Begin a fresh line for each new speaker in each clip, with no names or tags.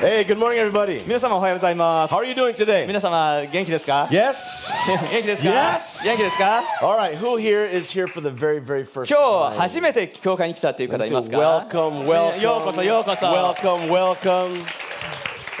Hey, good morning, everybody.
皆様おはようございます
How are you doing today?
皆様元気ですか
Yes?
元気ですか
Yes.
元気ですか
All right, who here is here for the very, very first
今日
time?
初めて教会に来たっていう方います
So
か
welcome, welcome.
ようこそようこそ
Welcome, welcome.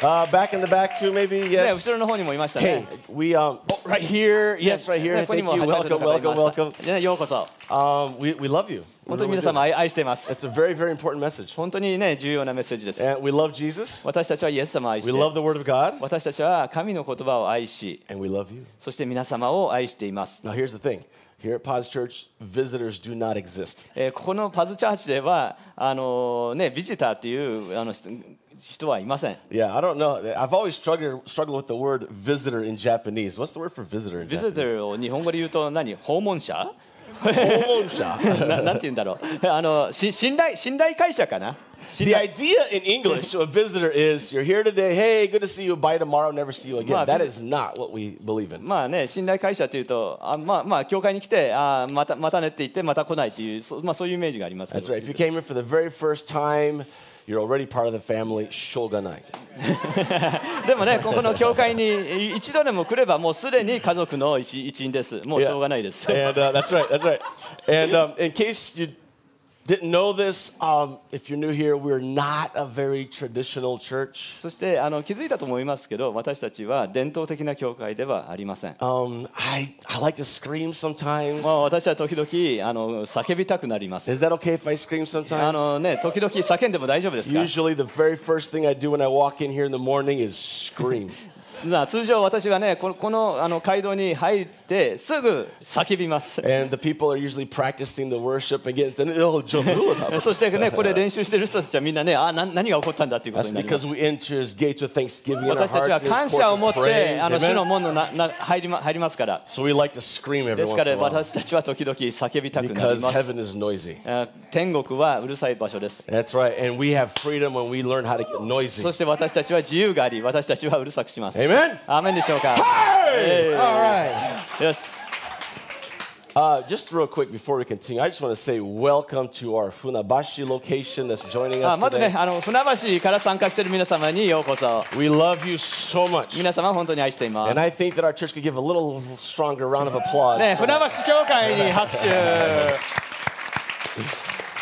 Uh, back in the back, too, maybe? Yes.
ね、後ろの方にもいましたね
Hey, we, um, oh, right here. Yes, right
ね
here.
ここ
Thank
に
you.
も初めての
Welcome,
方い
welcome,
ました
welcome.
ねようこそ
Um, we, we love you. We
本当に
really
皆
do.
様愛愛してます
It's a very, very important message.
本当にね重要なメッセージです。
And we love Jesus.
私たちはイエス様を愛し
We
て、
love the Word of God.
私たちは神の言葉を愛し、
And we love you.
そして皆様を愛しています。
Now, here's the thing here at Pods Church, visitors do not exist.
えーここのパズチャーチではあのーねビジターっていうあの人人はいません。
Yeah, I don't know. I've always struggled struggled with the word visitor in Japanese. What's the word for visitor in
ビジタ
Japanese?
ーを日本語で言うと何訪問者？
Visitor.
ななんて言うんだろう。 あのし信頼信頼会社かな。信
the
頼
idea in English of visitor is you're here today, hey, good to see you, bye tomorrow, never see you
Ma,
again. That is
visit-
not what we believe in.
まあね信頼会社っていうとあまあまあ教会に来てあまたまたねって言ってまた来ないっていうそまあそういうイメージがありますけ
That's
ど。
right. If you came here for the very first time, you're already part of the family, shogunai.
でもね、ここの教会にい一度でも来れば、もうすでに家族の一一員です。もうしょうがないです。
And uh, that's right, that's right. And um, in case you didn't know this, um, if you're new here, we're not a very traditional church.
そしてあの気づいたと思いますけど、私たちは伝統的な教会ではありません。
Um, I, I like to scream sometimes.
もう私は時々あの叫びたくなります。
Is that okay if I scream sometimes?
あのね、時々叫んでも大丈夫ですか
Usually, the very first thing I do when I walk in here in the morning is scream.
な通常私はね、このこのあの街道に入ってすぐ叫びます。
and the people are usually practicing the worship against an ill jumula.
そしてね、これ練習してる人たちはみんなね、あな何が起こったんだっていうこと
That's
になります
because。we enter his gates with thanksgiving in our
私たちは
hearts. and
感
his courts
謝を
with
持って、
praise.
あの主
Amen?
の門のなな入りま入りますから。
So we like to scream every
です
once
か
in a
ら
while
私たちは時々叫びたくなり
because
ます
heaven is noisy.
あ天国はうるさい場所です
That's right, and we have freedom when we learn how to get noisy.
そして私たちは自由があり私たちはうるさくします
Amen.
アーメンでしょうか
Hey! All right.
よし
Uh, just real quick before we continue, I just want to say welcome to our Funabashi location that's joining
あ
us
まず
today.
ねあの船橋から参加している皆様にようこそ
We love you so much.
皆様本当に愛しています
And I think that our church could give a little stronger round of applause.
ね、船橋教会に拍 手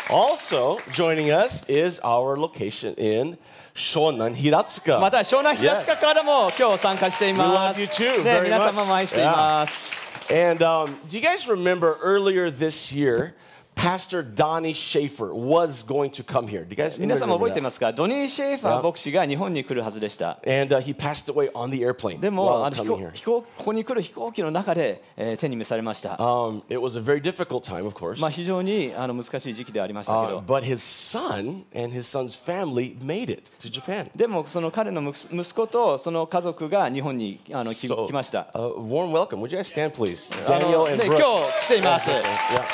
Also joining us is our location in Shonan Hiratsuka.
また湘南平塚からも今日参加しています
We love you too
ね
very much.
皆様も愛しています
And um, do you guys remember earlier this year, Pastor Donnie Schaefer was going to come here? Do you guys
皆様覚え
remember
て
that?
ますかドニー・シェーファー牧師が日本に来るはずでした
And uh, he passed away on the airplane
でも、あ
while
の飛
coming
行
here.
飛行ここに来る飛行機の中で、えー手に召されました。
Um, it was a very difficult time, of course.
まあ、非常にあの難しい時期ではありましたけ
Uh,
ど、
but his son and his son's family made it to Japan.
でもその彼のむす息子とその家族が日本にあのき
So,
来ました。
A warm welcome. Would you guys stand, please?
あの
Daniel
ね
and
今日
Brooke.
来ています。
Yeah.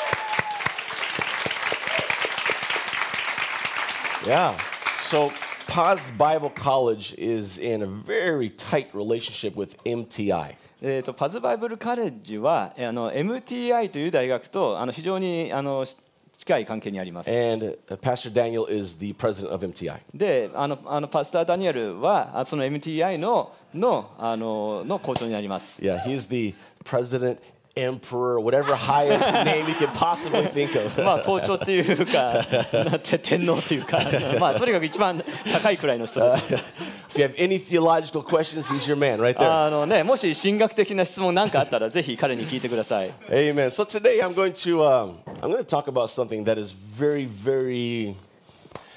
Yeah. So, Paz Bible College is in a very tight relationship with MTI.
えー、とパズバイブルカレッジはえーあの MTI という大学とあの非常にあのし近い関係にあります。
And uh, Pastor Daniel is the president of MTI.
であのあのパスター・ダニエルはあその MTI ののあのの校長になります。
Yeah, he's the president, emperor, whatever highest name you could possibly think of.
まあ校長っていうか、 なて天皇っていうか、まあとにかく一番高いくらいの人です。
if you have any theological questions, he's your man right there.
あのね、もし神学的な質問なんかあったら、ぜひ彼に聞いてください。
Amen. So today I'm going to um, I'm going to talk about something that is very, very,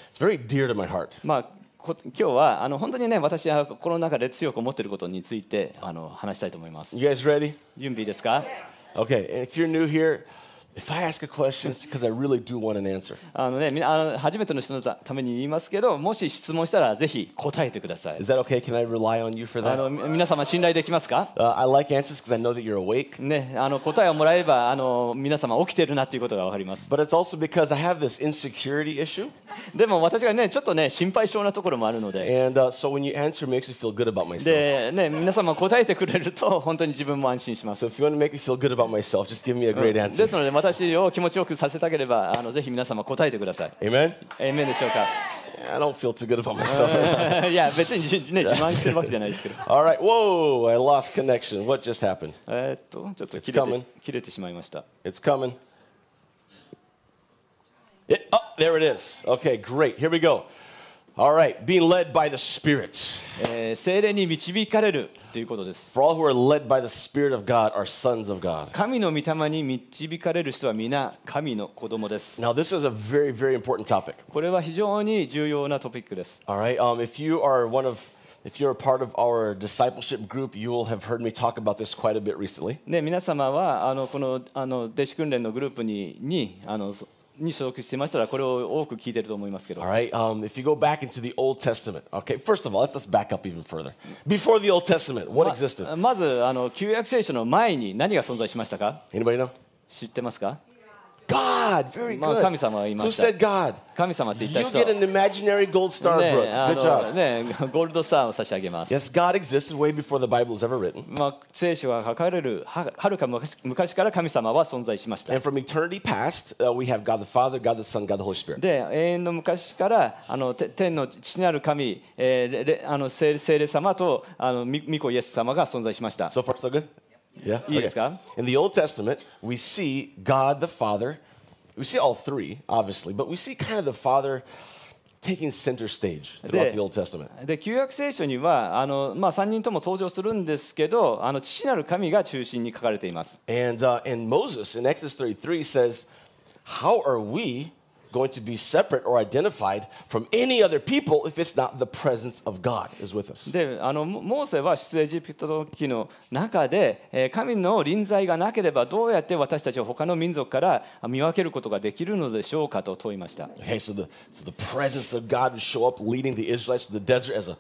it's very dear to my heart.
まあこ今日はあの本当にね、私は心の中で強く思っていることについてあの話したいと思います。
You guys ready?
準備いいですか
Okay. And if you're new here, if I ask a question, it's because I really do want an answer.
あのね、みんなあの初めての人のたために言いますけど、もし質問したらぜひ答えてください
Is。that okay? Can I rely on you for
あ
that?
のみ皆様信頼できますか
Uh, I like answers because I know that you're awake.
ね、あの答えをもらえればあの皆様起きてるなっていうことが分かります。
But it's also because I have this insecurity issue,
でも私がね、ちょっとね、心配性なところもあるので、
and uh, so when you answer, it makes me feel good about myself.
で、ね、皆様答えてくれると、本当に自分も安心しま
So
す。
if you want to make me feel good about myself, just give me a great
で
answer.
すので、私を気持ちよくさせたければ、あのぜひ皆様答えてください。
Amen.
えー、メンでしょうか。
I don't feel too good about myself.
いや別にじ、ね、自慢してるわけじゃないですけど
All right. Whoa, I lost connection. What just happened?
えーっとちょっと切れ
It's
て
coming.
し切れてしまいました
It's coming. It, oh, there it is. Okay, great. Here we go. All right, being led by the Spirit.
えー精霊に導かれるということです
For all who are led by the Spirit of God are sons of God.
神の御霊に導かれる人は皆神の子供です
Now, this is a very, very important topic.
これは非常に重要なトピックです
All right, um, if you are one of, if you're a part of our discipleship group, you will have heard me talk about this quite a bit recently.
で皆様はあのこのあの弟子訓練のグループににあのそに所属していましたらこれを多く聞いてると思いますけど
All right, um, if you go back into the Old Testament, okay, first of all, let's, let's back up even further. Before the Old Testament, what
ま
existed?
まずあの旧約聖書の前に何が存在しましたか
Anybody know?
知ってますか
God, very
まあ、
good.
神様が言いました。
Who said God?
神様って言った
You
人
get an imaginary gold star,
ね
Brooke.
あ
Good
の
job.
ねゴールドスターを差し上げます、
Yes, God existed way before the Bible was ever written.
まあ、聖書が書かれるははるか昔昔から神様は存在しました
And from eternity past, uh, we have God the Father, God the Son, God the Holy Spirit.
で永遠の昔からあのて天の父なる神、えーれれあの聖聖霊様とあのみ御子イエス様が存在しました
So far, so good? Yeah?
Yes, God.
In the Old Testament, we see God the Father. We see all three, obviously, but we see kind of the Father taking center stage throughout
で
the Old Testament.
で旧約聖書にはあの、まあ、3人とも登場するんですけどあの父なる神が中心に書かれています
And, uh, and Moses in Exodus 33 says, How are we going to be separate or identified from any other people if it's not the presence of God is with us?
であのモモーセは出エジプトの時の中で、えー神の臨在がなければどうやって私たちを他の民族から見分けることができるのでしょうかと問いました
Okay, so the, so the presence of God would show up leading the Israelites to the desert as a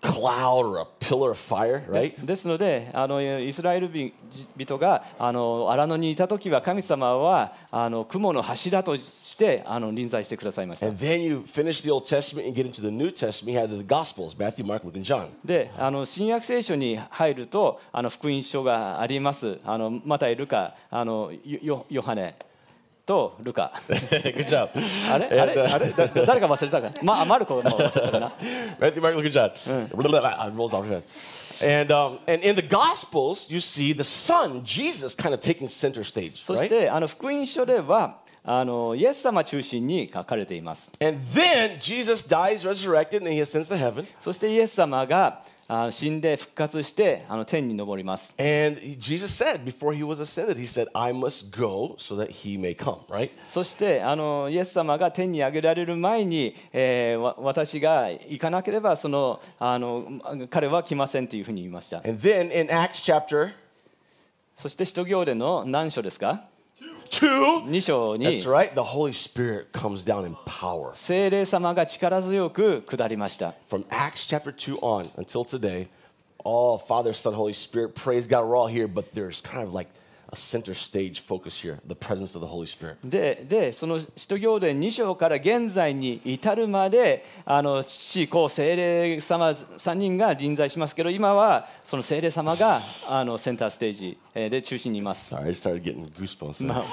cloud or a pillar of fire,
で
right?
すですのであのイスラエル人人があの荒野にいた時は神様はあの雲の柱としてあの臨在してくださいました
And then you finish the Old Testament and get into the New Testament. You have the Gospels Matthew, Mark, Luke, and John.
であの新約聖書に入るとあの福音書がありますあのマタイ・ルカあのヨヨヨハネとルカ
Good job.
あれあれあれだだ誰か忘れたかな、まあ、マルコも忘れたかな
Matthew, Mark, Luke, and John. Blah, blah, blah, it rolls off your head. And, um, and in the Gospels, you see the Son, Jesus, kind of taking center stage,
そし
right?
てあの福音書ではあのイエス様中心に書かれています
And then Jesus dies, resurrected, and he ascends to heaven.
そしてイエス様があ死んで復活してあの天に昇ります
And Jesus said before he was ascended, he said, I must go so that he may come, right?
そしてあのイエス様が天に上げられる前に、えーわ私が行かなければそのあの彼は来ませんというふうに言いました
And then in Acts chapter
そして使徒行伝の何章ですか
2,
2章
that's
に
right, the Holy Spirit comes down in power.
聖霊様が力強く下りました。
From Acts chapter 2 on until today, all Father, Son, Holy Spirit, praise God, we're all here, but there's kind of like a center stage focus here the presence of the Holy Spirit.
ででその使徒行伝2章から現在に至るまであの父子聖霊様3人が臨在しますけど今はその聖霊様があのセンターステージえーで中心にいます
Sorry, I just started getting goosebumps. there.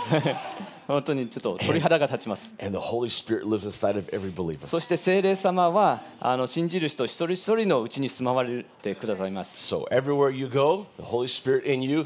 本当にちょっと鳥肌が立ちます
And the Holy Spirit lives inside of every believer.
そして聖霊様はあの信じる人一人一人のうちに住まわれてくださいます
So everywhere you go, the Holy Spirit in you,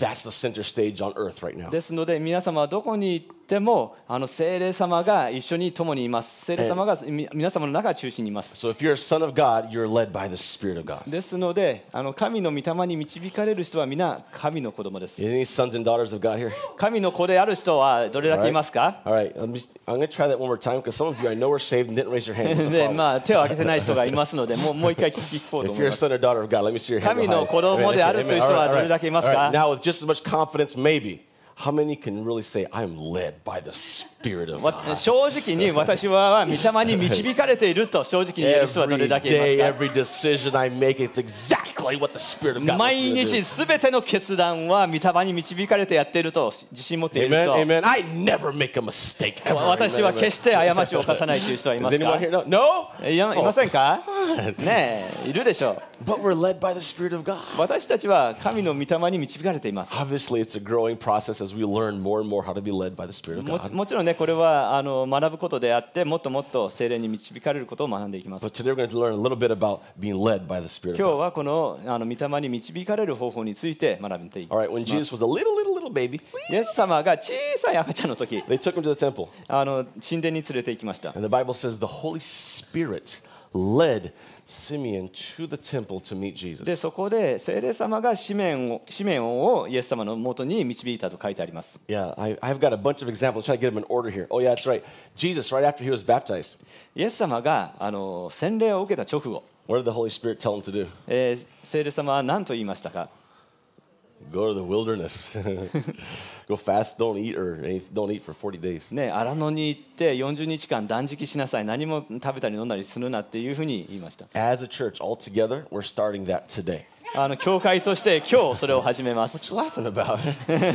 that's the center stage on earth right now.
ですので皆様はどこに行ってもあの聖霊様が一緒に共にいます聖霊様がみ皆様の中中心にいます
So if you're a son of God, you're led by the Spirit of God.
ですのであの神の御霊に導かれる人は皆神の子供です
Any sons and daughters of God here?
神の子である人はどれだけいますか
All right, let me, I'm going to try that one more time because some of you I know are saved and didn't raise your hand. It's a
で
problem.
まあ手を挙げてない人がいますのでもうもう一回聞こうと
If
思い
you're a
ます
son or daughter of God, let me see your hand.
神
go high. Amen,
の子供である
amen,
という人は
all right, all right.
どれだけいますか？
All right, Now, with just as much confidence, maybe, how many can really say, I'm led by the Spirit of
わ
God?
正直に私 は御霊に導かれていると正直に言える人はどれ
Every
だけい
day,
ます
every decision I make, it's exactly what the Spirit of
か
God
毎
wants me to
日
do.
すべての決断は御霊に導かれてやっていると自信持っている
Amen,
人
amen. I never make a mistake ever.
私
Amen,
は
amen.
決して過ちを犯さないという人はいま
Does
す
anyone
か
here know? No?
いやいませんか
God.
ねえいるでしょ
But we're led by the Spirit of God.
う私たちは神の御霊に導かれています
Obviously, it's a growing process as we learn more and more how to be led by the Spirit of
もち
God.
もちろんねこれはあの学ぶことであってもっともっと精霊に導かれることを学んでいきます
But today we're going to learn a little bit about being led by the Spirit of
今日
God.
はこのあの御霊に導かれる方法について学んでいき
All
ま
right, when Jesus
す
was a little, little, little baby,
イエス様が小さい赤ちゃんの時
they took him to the temple.
あの神殿に連れて行きました
And the Bible says the Holy Spirit led Simeon to the temple to meet
で
Jesus.
そこで聖霊様が紙面を紙面をイエス様のもとに導いたと書いてあります
Yeah, I, I've got a bunch of examples. Try to get them in order here. Oh, yeah, that's right. Jesus, right after he was baptized,
イエス様があの洗礼を受けた直後、
what did the Holy Spirit tell him to do?
えー聖霊様は何と言いましたか
Go to the wilderness. Go fast. Don't eat or any- don't eat for 40 days.
ね、荒野に行って40日間断食しなさい何も食べたり飲んだりするなっていうふうに言いました
As a church, all together, we're starting that today.
あの教会として今日それを始めます
What you laughing about?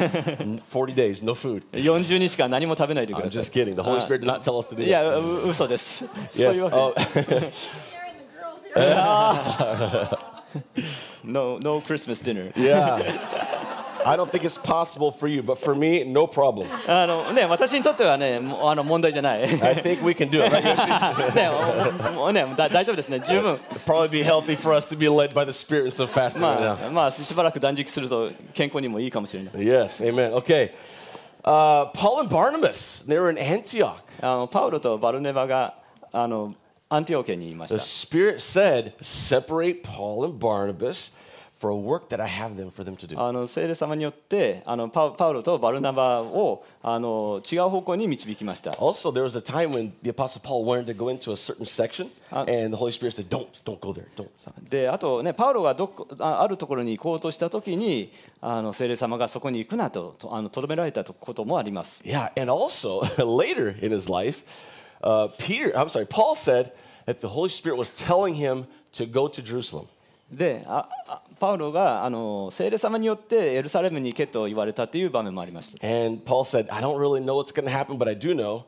40 days, no food.
40日間何も食べないでく
I'm
ださ
just kidding. The Holy Spirit did not tell us to do
いい
it.
やう嘘ですそうい
Yes.
うわ
Oh,
Scaring the girls here.
け no, no Christmas dinner
yeah. I don't think it's possible for you, but for me, no problem.
あの、ね、私にとってはねもうあの問題じゃない ね
I think we can do it. Right?
もうもうねだ大丈夫ですね十分
It'd probably be healthy for us to be led by the Spirit and some fasting right
ま
now.
あ、まあ、しばらく断食すると健康にもいいかもしれない
Yes, amen. Okay. Uh, Paul and Barnabas, they were in Antioch.
あのパウロとバルネバがあのアンティオ家にいまし
The
た
Spirit said, Separate Paul and Barnabas for a work that I have them for them to do.
あの聖霊様によってあのパウパウロとバルナバをあの違う方向に導きました
Also, there was a time when the Apostle Paul wanted to go into a certain section,
Uh,
and the Holy Spirit said, "Don't, don't go there. Don't." Stop.
であとねパウロがどこああるところに行こうとした時にあの聖霊様がそこに行くなととあのとどめられたとこともあります
Yeah, and also later in his life, uh, Peter, I'm sorry, Paul said that the Holy Spirit was telling him to go to Jerusalem.
でああパウロがあの聖霊様によってエルサレムに行けと言われたっていう場面もありました
And Paul said, "I don't really know what's going to happen, but I do know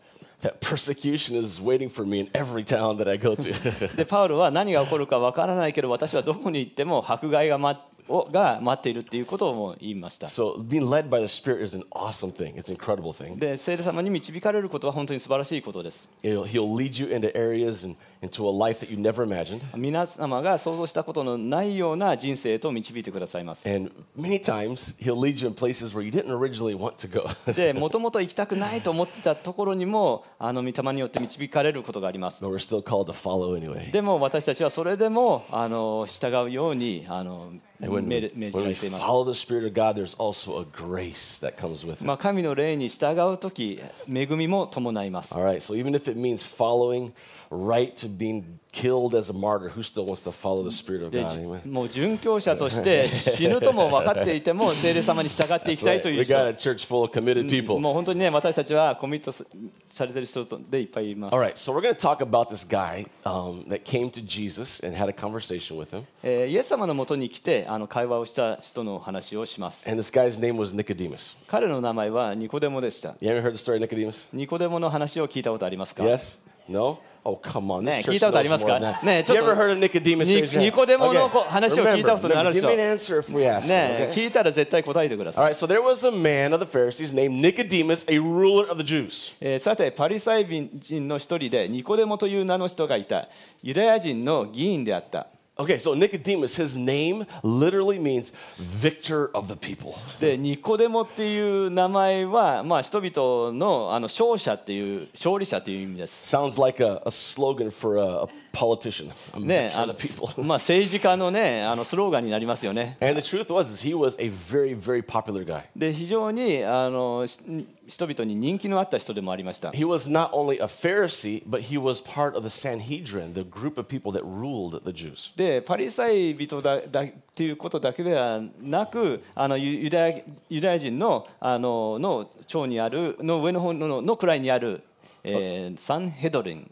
that persecution is waiting for me in every town that I go to."
でパウロは何が起こるかわからないけど私はどこに行っても迫害が,、ま、をが待っているっていうことをも言いました
so being led by the Spirit is an awesome thing. It's an incredible thing.
で聖霊様に導かれることは本当に素晴らしいことです
It'll, he'll lead you into areas and into a life that you never imagined.
皆様が想像したことのないような人生へと導いてくださいます。
And many times he'll lead you in places where you didn't originally want to go.
で、もともと行きたくないと思ってたところにも、あの御霊によって導かれることがあります。
but we're still called to follow anyway.
でも私たちはそれでもあの従うようにあの
And when,
命
we,
令命じ
when
ら
we
れています。
follow the Spirit of God, there's also a grace that comes with it.
まあ、神の霊に従うとき、恵みも伴います。
All right, so even if it means following right to being killed as a martyr, who still wants to follow the Spirit of
で
God? Amen.
もう殉教者として死ぬとも分かっていても 聖霊様に従っていきたい
Right,
という
We got a
人
church full of committed
も
people.
う本当にね私たちはコミットすされてる人とでいっぱいいます
All。right, so we're going to talk about this guy um, that came to Jesus and had a conversation with him.
えーイエス様のもとに来てあの会話をした人の話をします。
And this guy's name was Nicodemus.
彼の名前はニコデモでした。
You haven't heard the story of Nicodemus?
ニコデモの話を聞いたことありますか、
Yes? No? Oh, come on. This
ねえ、
church
聞いたこと
knows
ありますか？
more than that.
ねえ、ちょっと
You ever heard of Nicodemus?
に
Raise your hand.
ニコデモ
Okay.
のこ-話を聞いたこと
Remember,
のある人。
give me an answer if we ask.
ねえ
okay?
聞いたら絶対答えてください、
All right, so there was a man of the Pharisees named Nicodemus, a ruler of the Jews.
えーさて、パリサイ人の一人でニコデモという名の人がいた。ユダヤ人の議員であった。
Okay, so Nicodemus, his name literally means victor of the people.
で、ニコデモっていう名前は、まあ、人々のあの勝者っていう、勝利者っていう意味です。
Sounds like a, a slogan for a, a politician. A
ね
victor
あ
of the
の
people.
まあ、政治家の,、ね、あのスローガンになりますよね。
And the truth was, is he was a very, very popular guy.
で非常にあのし人々に人気のあった人でもありました
He was not only a Pharisee, but he was part of the Sanhedrin, the group of people that ruled the Jews.
でパリサイ人だだっていうことだけではなくあのユユダヤユダヤ人のあのの町にあるの上の方のの位にある、えーサンヘドリン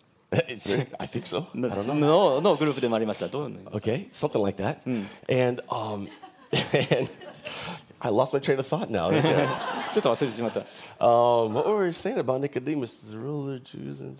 I think so. I
の
don't know.
ののグループでもありましたどうね
Okay, something like that. And um, and I lost my train of thought now.
ちょっと忘れてしまった
um, what were we saying about Nicodemus, the ruler of Jews? And,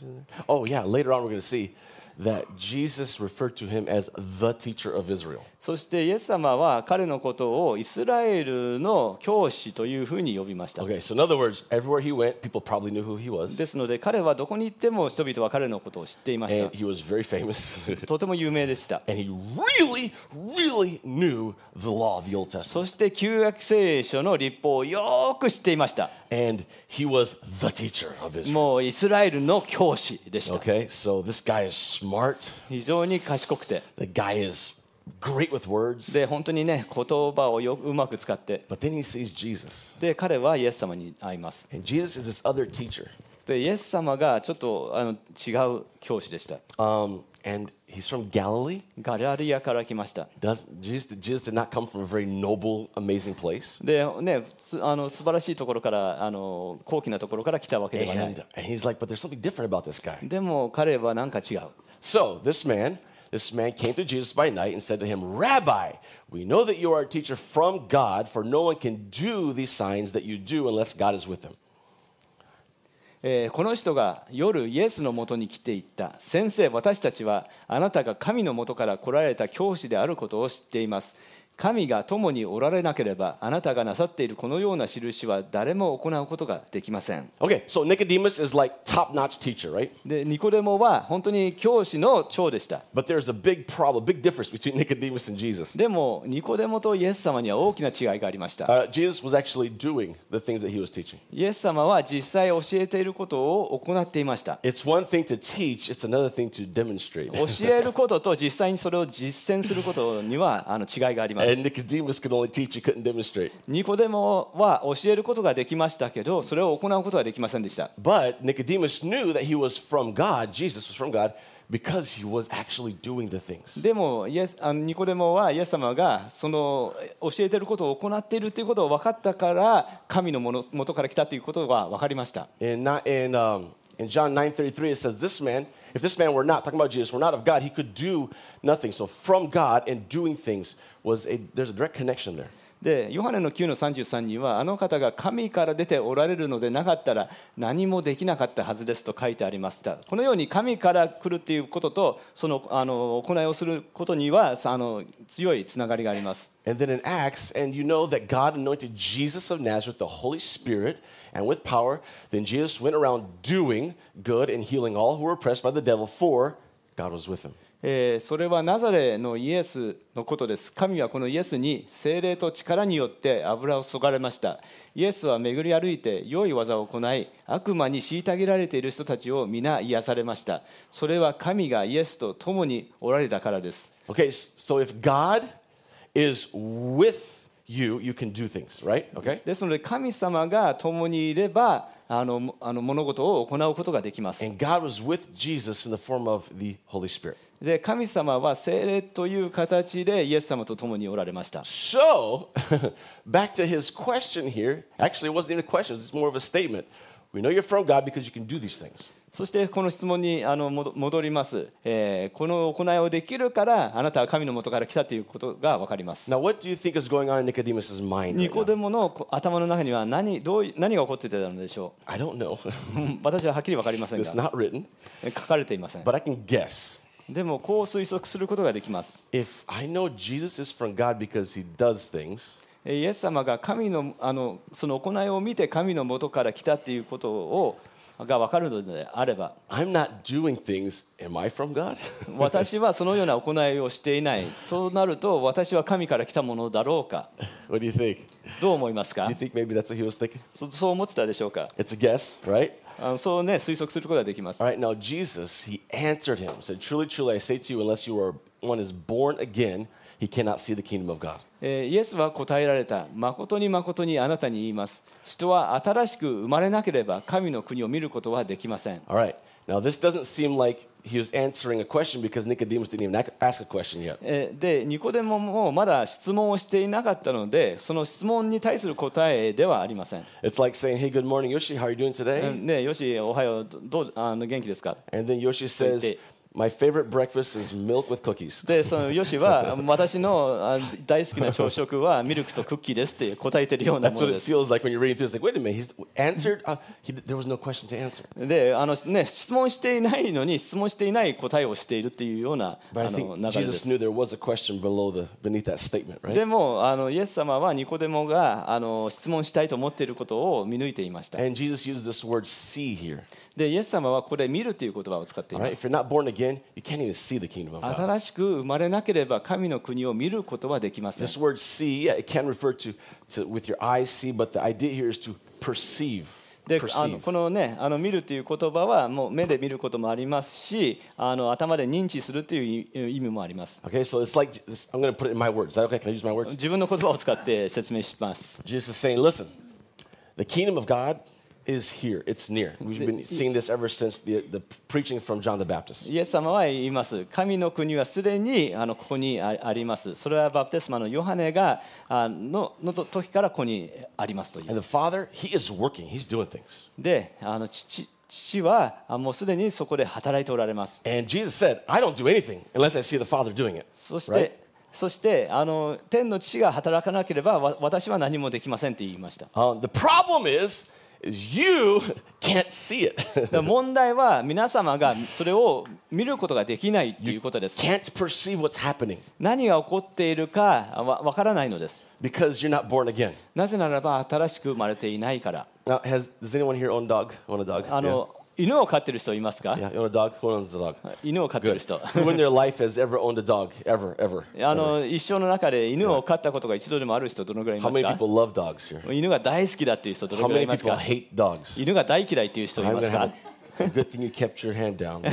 oh yeah, later on we're going to see that Jesus referred to him as the teacher of Israel.
そしてイエス様は彼のことをイスラエルの教師というふうに呼びました。
Okay, so in other words, everywhere he went, people probably knew who he was.
ですので彼はどこに行っても人々は彼のことを知っていました
And。he was very famous.
とても有名でした。
and he really, really knew the law of the Old
そ
Testament.
して旧約聖書の立法をよーく知っていました。
And he was the teacher of Israel.
もうイスラエルの教師でした。
Okay, so this guy is smart.
非常に賢くて。
The guy is great with words.
で、本当にね、言葉をようまく使って。
But then he sees Jesus.
で、彼はイエス様に会います。
And Jesus is this other teacher.
で、イエス様がちょっとあの違う教師でした。
Um, and he's from Galilee.
ガラリアから来ました。
Does, Jesus, Jesus did not come from a very noble, amazing place.
で、ね、すあの素晴らしいところから、あの高貴なところから来たわけではない
And,。and he's like, but there's something different about this guy.
でも彼はなんか違う。
So this man, this man came to Jesus by night and said to him, Rabbi, we know that you are a teacher from God, for no one can do these signs that you do unless God is with him.
えーこの人が夜イエスのもとに来ていった先生私たちはあなたが神のもとから来られた教師であることを知っています神が共におられなければあなたがなさっているこのような印は誰も行うことができません
Okay, so Nicodemus is like top-notch teacher, right?
でニコデモは本当に教師の長でした
But there's a big problem, big difference between Nicodemus and Jesus.
でもニコデモとイエス様には大きな違いがありました、
Uh, Jesus was actually doing the things that he was teaching.
イエス様は実際教えていることを行っていました
It's one thing to teach, it's another thing to demonstrate.
教えることと実際にそれを実践することにはあの違いがあります
And Nicodemus could only teach, he couldn't demonstrate.
ニコデモは教えることができましたけど、それを行うことはできませんでした。
But Nicodemus knew that he was from God, Jesus was from God, because he was actually doing the things.
でもイエスあのニコデモはイエス様がその教えていることを行っているということを分かったから神のもの元から来たということが分かりました。
In, not, in, um, in John 9:33, it says, This man, if this man were not, talking about Jesus, were not of God, he could do nothing. So from God and doing things was a there's a direct connection there.
でヨハネの9の33にはあの方が神から出ておられるのでなかったら何もできなかったはずですと書いてありましたこのように神から来るということとそのあの行いをすることにはあの強いつながりがあります
And then in Acts, and you know that God anointed Jesus of Nazareth, the Holy Spirit, and with power. Then Jesus went around doing good and healing all who were oppressed by the devil, for God was with him.
えーそれはナザレのイエスのことです。神はこのイエスに精霊と力によって油を注がれました。イエスは巡り歩いて良い技を行い、悪魔に虐げられている人たちを皆癒されました。それは神がイエスと共におられたからです。
Okay, s- so if God is with you, you can do things, right? Okay?
ですので神様が共にいれば、あのもあの物事を行うことができます。
And God was with Jesus in the form of the Holy Spirit.
で、神様は精霊という形でイエス様と共におられました。
So, back to his question here. Actually, it wasn't even a question, it's more of a statement. We know you're from God because you can do these things.
そしてこの質問にあの戻戻ります、えーこの行いをできるからあなたは神のもとから来たということが分かります。
Now, what do you think is going on in Nicodemus' mind?
ニ
Right
コ
now?
デモのこ頭の中には何どうい何が起こっていたのでしょ
I don't know.
ううん私ははっきり分かりません
it's not
が
written,
え書かれていません
but I can guess.
でもこう推測することができます
If I know Jesus is from God because he does things,
えイエス様が神のあのその行いを見て神のもとから来たということをが分かるのであれば
I'm not doing things. Am I from God?
私はそのような行いをしていないとなると私は神から来たものだろうか
what do you think? Do
どう思いますか
you think maybe that's what he was thinking?
そそう思ってたでしょうか
It's a guess, right?
あのそうね推測することができます
All right, now Jesus, he answered him, said, Truly, truly, I say to you, unless you are one is born again, he cannot see the kingdom of God.
えーイエスは答えられた誠に誠にあなたに言います人は新しく生まれなければ神の国を見ることはできません
All right. Now, this doesn't seem like he was answering a question because Nicodemus didn't even ac- ask a question yet.
えーでニコデモもまだ質問をしていなかったのでその質問に対する答えではありません、
It's like saying, Hey, good morning, Yoshi. How are you doing today?
うんねよしおはようどどうあの元気ですか
And then Yoshi says,
Wait,
My favorite breakfast is milk with cookies.
でそのヨシは私のあ大好きな朝食はミルクとクッキーですって答えてるような
That's
も
what
の
it
です
feels like when you're reading through. It's like, wait a minute, he's answered. Uh, he, there was no question to answer.
であの、ね、質問していないのに質問していない答えをしているっていうようなあ
But I
の
think
流れで
Jesus
す
knew there was a question below the beneath that statement, right?
でもあのイエス様はニコデモがあの質問したいと思っていることを見抜いていました
And Jesus uses this word "see" here.
でイエス様はこれ見るという言葉を使ってい
All
ま
right,
す
if you're not born again, you can't even see the kingdom of God.
新しく生まれなければ神の国を見ることはできません
This word "see" yeah, it can refer to, to with your eyes see, but the idea here is to perceive.
であの
Perceive.
このねあの見るという言葉はもう目で見ることもありますしあの頭で認知するという意味もあります
Okay, so it's like this, I'm going to put it in my words. Is that okay? Can I use my words?
自分の言葉を使って説明します
Jesus is saying, "Listen, the kingdom of God is here. It's near. We've been seeing this ever since the the preaching from John the Baptist."
イエス様は言います神の国はすでにあのここにあありますそれはバプテスマのヨハネがあののと時からここにありますという
And the Father, He is working. He's doing things.
であの父父はあもうすでにそこで働いておられます
And Jesus said, "I don't do anything unless I see the Father doing it."
そして、
Right?
そしてあの天の父が働かなければわ私は何もできませんって言いました
Um, the problem is, is you can't see it.
だから問題は皆様がそれを見ることができないっていうことです。
can't perceive what's happening
何が起こっているかわわからないのです。
because you're not born again.
なぜならば新しく生まれていないから。
Now, has does anyone here own dog? Own a dog?
あの、犬を飼ってる人いますか、
yeah. yeah, you own a dog. Who owns a dog?
犬を飼ってる
Good.
人。
Who in their life has ever owned a dog? Ever, ever.
あ
ever?
の一生の中で犬を飼ったことが一度でもある人どのぐらいい
How
ます
many
か
people love dogs here?
犬が大好きだっていう人ど
How
のぐら
many
いいます
people
か
hate dogs?
犬が大嫌いっていう人い
I'm
ま
gonna
す
have
か
a- It's a good thing you kept your hand down.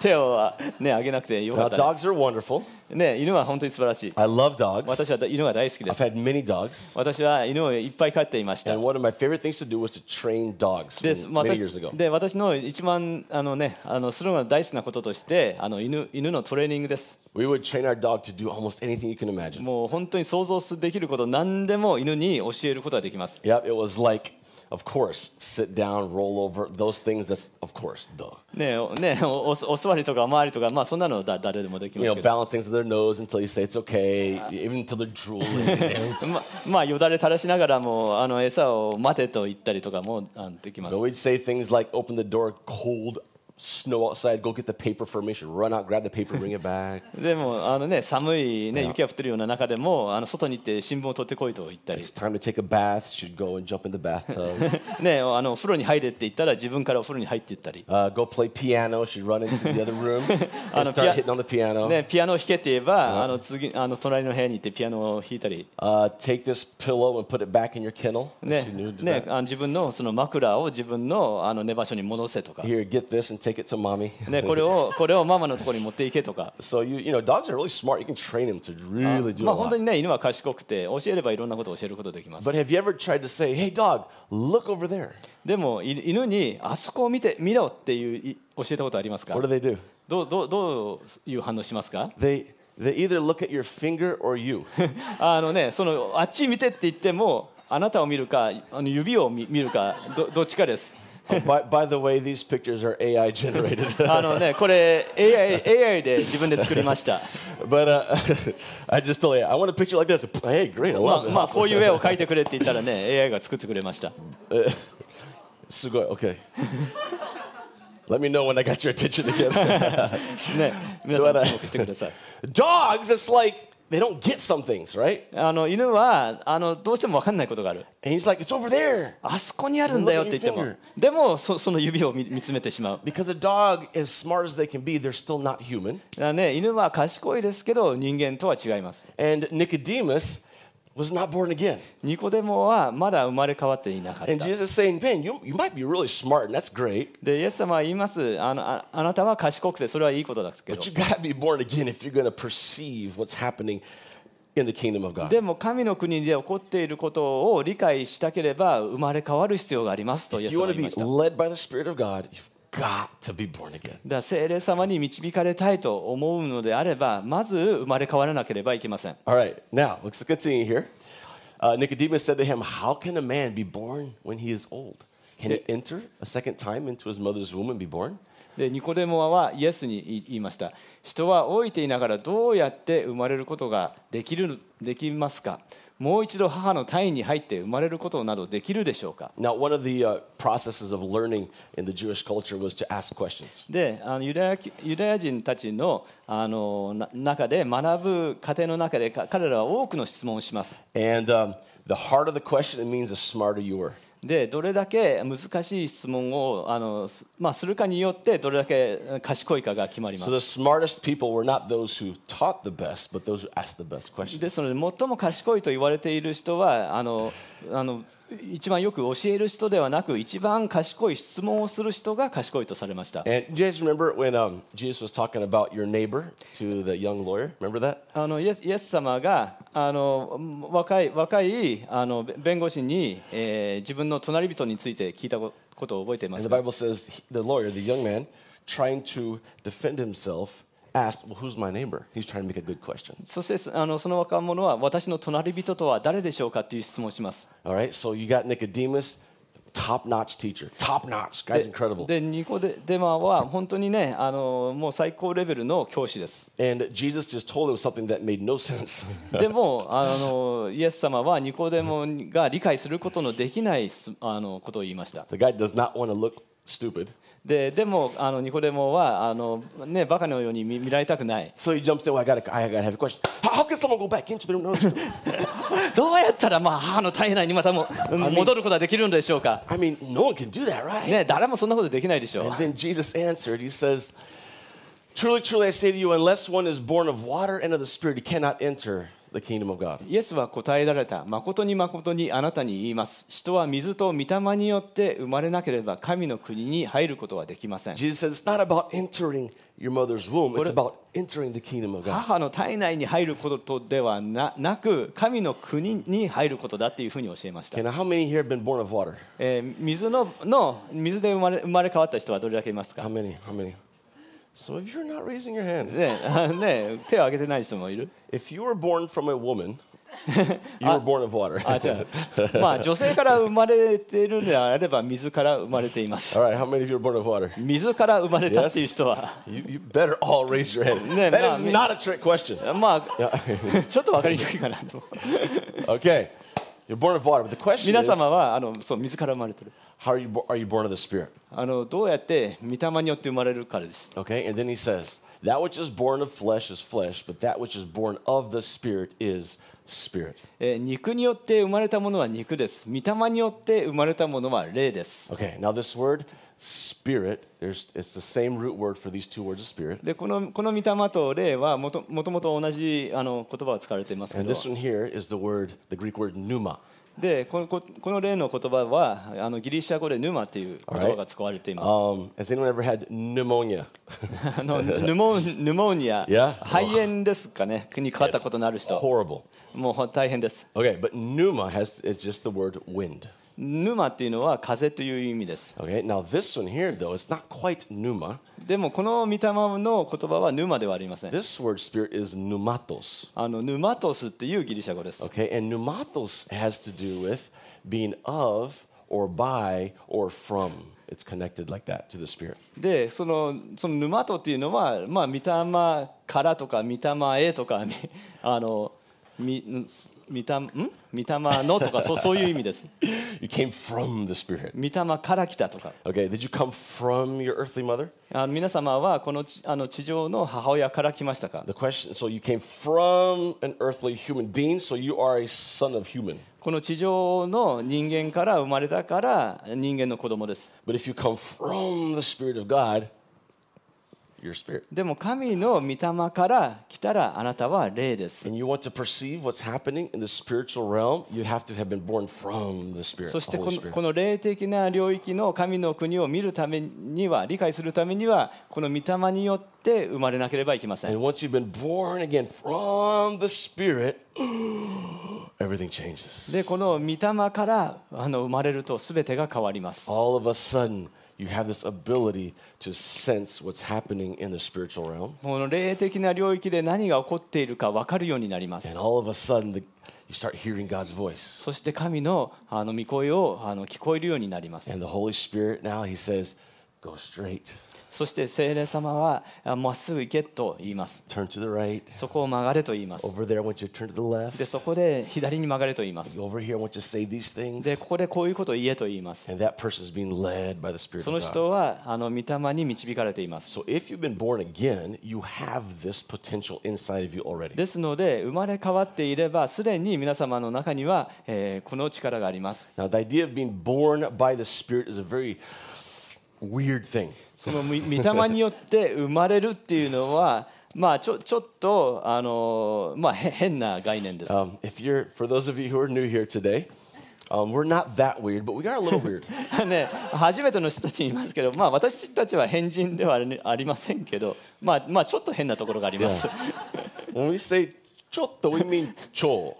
手をね上げなくてよ
Now,
かったね、
dogs are wonderful.
ね。犬は本当に素晴らしい。
I love dogs.
私は犬が大好きで
I've
す。
had many dogs.
私は犬をいっぱい飼っていました。
And one of my favorite things to do was to train dogs
で
from
私
many years ago.
で私の一番あの、ね、あのするのが大好きなこととしてあの犬犬のトレーニングです。
We would train our dog to do almost anything you can imagine.
もう本当に想像すできること何でも犬に教えることができます。
Yep, it was like, of course, sit down, roll over, those things. That's of course, duh.
ねおねおおお座りとかおまわりとか、まあ、そんなのだ誰でもでき
You
ま
know,
すけど、
balance things with their nose until you say it's okay, even until they're drooling.
ままあ、よだれ垂らしながらもあの餌を待てと言ったりとかもあのできます
but。we'd say things like, open the door, cold snow outside, go get the paper for me. She'd run out, grab the paper, bring it back.
でもあの、ね、寒い、ね、雪が降ってるような中でもあの外に行って新聞を取ってこいと言ったり
It's、time to take a bath. She'd go and jump in the bathtub.
ね、あのお風呂に入れって言ったら自分からお風呂に入っていったり。
uh, go play piano. She'd run into the other room and
On a
start
pia-
hitting on the piano.
ね、ピアノを弾けって言えば、あの次あの隣の部屋に行ってピアノを弾いたり、
Uh, take this pillow and put it back in your kennel.
ね
She knew to do
ね、
that.
あの自分のその枕を自分のあの寝場所に戻せとか、
Here, get this and take it to mommy.
ね、これを これをママのところに持っていけとか、
So you you know dogs are really smart. You can train them to really do
ま
a
あ、本
lot.
当にね犬は賢くて教えればいろんなことを教えることができます
But。have you ever tried to say, "Hey, dog, look over there"?
でもい犬にあそこを見て見ろっていうい教えたことありますか
What do they do?
どうどうどういう反応しますか
They they either look at your finger or you.
あのねそのあっち見てって言ってもあなたを見るかあの指を見見るかどどっちかです。
Oh, by, by the way, these pictures are AI generated.
あのね、これ AI, AI で自分で作りました。
but uh, I just told you, I want a picture like this. Hey, great, I
まあ
love it.
まあこういう絵を描いてくれって言ったらね AI が作ってくれました。
Sugoi. Okay. Let me know when I got your attention again.
ね皆さん注目してくだ さい。
Dogs, it's like they don't get some things right.
あの犬はあのどうしても分かんないことがある。
And he's like, "It's over there."
あそこにあるんだよって言っても
Look at your
でもそその指を見見つめてしまう。
Because a dog, as smart as they can be, they're still not human.
だからね犬は賢いですけど人間とは違います。
And Nicodemus was not born again.
ニコデモはまだ生まれ変わっていなかっ
And
た。
Jesus is saying, Man, you, you might be really smart, and that's great,
でイエス様は言いますあのああなたは賢くてそれはいいことですけど
but you。gotta be born again if you're gonna perceive what's happening in the kingdom of God.
でも神の国で起こっていることを理解したければ生まれ変わる必要がありますとイエ
If
ス
you
様は
wanna
言い
be
ました。
led by the Spirit of God, you've got to be born again.
だから聖霊様に導かれたいと思うのであればまず生まれ変わらなければいけません
All right, now, let's continue here. Uh, Nicodemus said to him, How can a man be born when he is old? Can he enter a second time into his mother's womb and be born?
でニコデモはイエスに言いました人は老いていながらどうやって生まれることができるできますかもう一度母の胎に入って生まれることなどできるでしょうか
Now, one of the uh, processes of learning in the Jewish culture was to ask questions.
であのユダヤユダヤ人たちのあのな中で学ぶ過程の中でか彼らは多くの質問をします
And um, the harder the question, it means the smarter you were.
でどれだけ難しい質問をあの、すまあ、するかによってどれだけ賢いかが決まりま
So the
す。
smartest people were not those who taught the best, but those who asked the best questions.
ですので最も賢いと言われている人はあの あの一番よく教える人ではなく一番賢い質問をする人が賢いとされました。
And do you guys remember when um, Jesus was talking about your neighbor to the young lawyer? Remember that?
あのイエスイエス様があの若い若いあの弁護士に、えー自分の隣人について聞いたこことを覚えていま
And
す
the
か
Bible says he- the lawyer, the young man, trying to defend himself, asked, Well, who's my neighbor? He's trying to make a good question.
そしてあのその若者は私の隣人とは誰でしょうかという質問をします
All right, so you got Nicodemus, top notch teacher, top notch. Guy's
で
incredible.
でニコデデマは本当にねあのもう最高レベルの教師です
And Jesus just told him something that made no sense.
でもあのイエス様はニコデモが理解することのできないすあのことを言いました
the guy does not want to look stupid.
ででもあのニコデモはあの、ね、バカのように見見られたくない
So he jumps in. Well, I gotta, I gotta have a question. How, how can someone go back into their room?
どうやったら、まあ、母の体内にまたも戻ることができるのでしょうか、
I mean, no one can do that, right?
ね、誰もそんなことできないでしょう
And then Jesus answered, He says, Truly, truly, I say to you, unless one is born of water and of the Spirit, he cannot enter the kingdom of God.
イエスは答えられた。誠に誠にあなたに言います。人は水と御霊によって生まれなければ神の国に入ることはできません。
Jesus says, It's not about entering your mother's womb, it's
What-
about entering the kingdom of God.
母の体内に入ることではななく、神の国に入ることだっていうふうに教えました。
And how many here have been born of water?
えー水のの水で生まれ生まれ変わった人はどれだけいますか
How、many? How many? So if you're not raising your hand,
ねね、手を挙げてない人もいる
if you were born from a woman, you were born of water.
あ、じゃあ、まあ女性から生まれているのであれば水から生まれています。
All right, how many of you were born of water?
水から生まれたっていう人は、
You, you better all raise your hand.
No,
that
no,
is
I mean-
not a trick question.
まあ、ちょっと分かりにくいかなと。
Okay, you're born of water, but the question
皆
is,
様はあのそう水から生まれてる
how are you, bo- are you born of the Spirit?
あのどうやって御霊によって生まれるからです
Okay, and then he says, That which is born of flesh is flesh, but that which is born of the Spirit is spirit.
えー肉によって生まれたものは肉です御霊によって生まれたものは霊です
Okay, now this word, spirit, there's, it's the same root word for these two words of spirit.
でこのこの御霊と霊はもともともと同じあの言葉を使われていますけ
And
ど
this one here is the word, the Greek word pneuma.
でこのここの霊の言葉はあのギリシャ語で沼っていう言葉が使われています、
Um, has anyone ever had pneumonia?
あのヌモヌモニア、
Yeah.
肺炎ですかねにかかったことのある人
Horrible.
もうほ大変です
Okay, but pneuma has, is just the word wind.
沼っていうのは風という意味です
Okay, now this one here, though, it's not quite pneuma.
でもこの御霊の言葉は沼ではありません。
This word spirit is pneumatos.
あの沼トスっていうギリシャ語です。
Okay, and pneumatos has to do with being of or by or from. It's connected like that to the spirit.
で、そのその沼トっていうのはまあ御霊からとか御霊へとかみあのみん御霊ん御霊のとかそうそういう意味です。
You came from the spirit.
御霊から来たとか。
Okay, did you come from your earthly mother?
あの皆様はこの地あの地上の母親から来ましたか。
The question so you came from an earthly human being, so you are a son of human.
この地上の人間から生まれたから人間の子供です。
But if you come from the spirit of God, you're spirit.
でも神の御霊から来たらあなたは霊です。
And you want to perceive what's happening in the spiritual realm, you have to have been born from the spirit.
そして
the
こ
Holy
の
Spirit.
この霊的な領域の神の国を見るためには理解するためにはこの御霊によって生まれなければいけません
And once you've been born again from the Spirit, everything changes.
でこの御霊からあの生まれると全てが変わります
All of a sudden, you have this ability to sense what's happening in the spiritual realm.
この霊的な領域で何が起こっているか分かるようになりま
And
す
all of a sudden, the, you start hearing God's voice.
そして神のあの御声をあの聞こえるようになります
And the Holy Spirit now, He says, go straight.
そして聖霊様はあまっすぐ行けと言います
Turn to the right.
そこを曲がれと言います
Over there, I want you to turn to the left.
でそこで左に曲がれと言います
Over here, I want you to say these things.
でここでこういうことを言えと言います
And that person is being led by the Spirit
その
of God.
人はあの御霊に導かれています
So if you've been born again, you have this potential inside of you already.
ですので生まれ変わっていればすでに皆様の中には、えーこの力があります
Now, the idea of being born by the Spirit is a very weird thing.
そのみ 御霊によって生まれるっていうのはまあちょちょっとあのまあへ変な概念です
Um, if you're, for those of you who are new here today, um, we're not that weird, but we are a little weird.
ね、初めての人たちいますけど、まあ、私たちは変人ではありありませんけど、まあ、まあちょっと変なところがあります。
when we say chotto, we mean cho.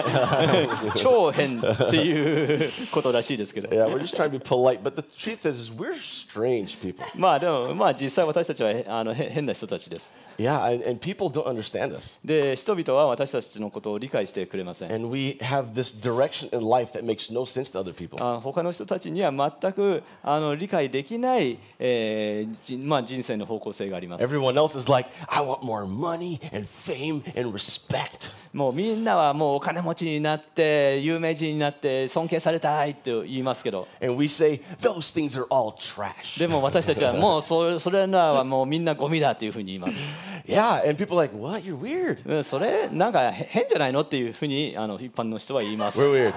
超変っていうことらしいですけど、
Yeah, we're just trying to be polite, but the truth is, is we're strange people.
まあでも、まあ、実際私たちはへあのへ変な人たちです。
Yeah, and, and people don't understand us.
で人々は私たちのことを理解してくれません。
And we have this direction in life that makes no sense to other people.
あ他の人たちには全くあの理解できない、えーじまあ、人生の方向性があります。
Everyone else is like, I want more money and fame and respect.
もうみんなはもうお金持ちになって有名人になって尊敬されたいって言いますけど
And we say, those things are all trash.
でも私たちはもうそそれらはもうみんなゴミだっていうふうに言います
Yeah, and people are like, what? You're weird.
うん。それなんかへ変じゃないのっていうふうにあの一般の人は言います。
We're weird.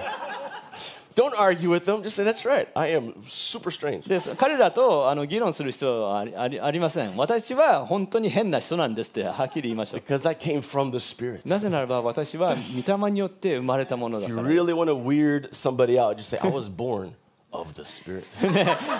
Don't argue with them. Just say, that's right. I am super strange.
でそ彼らとあの議論する必要はありありありません。私は本当に変な人なんですってはっきり言いましょう。
Because I came from the Spirit.
なぜならば私は御霊によって生まれたものだ
If
か
you
ら。
really want to weird somebody out, just say, I was born of the Spirit.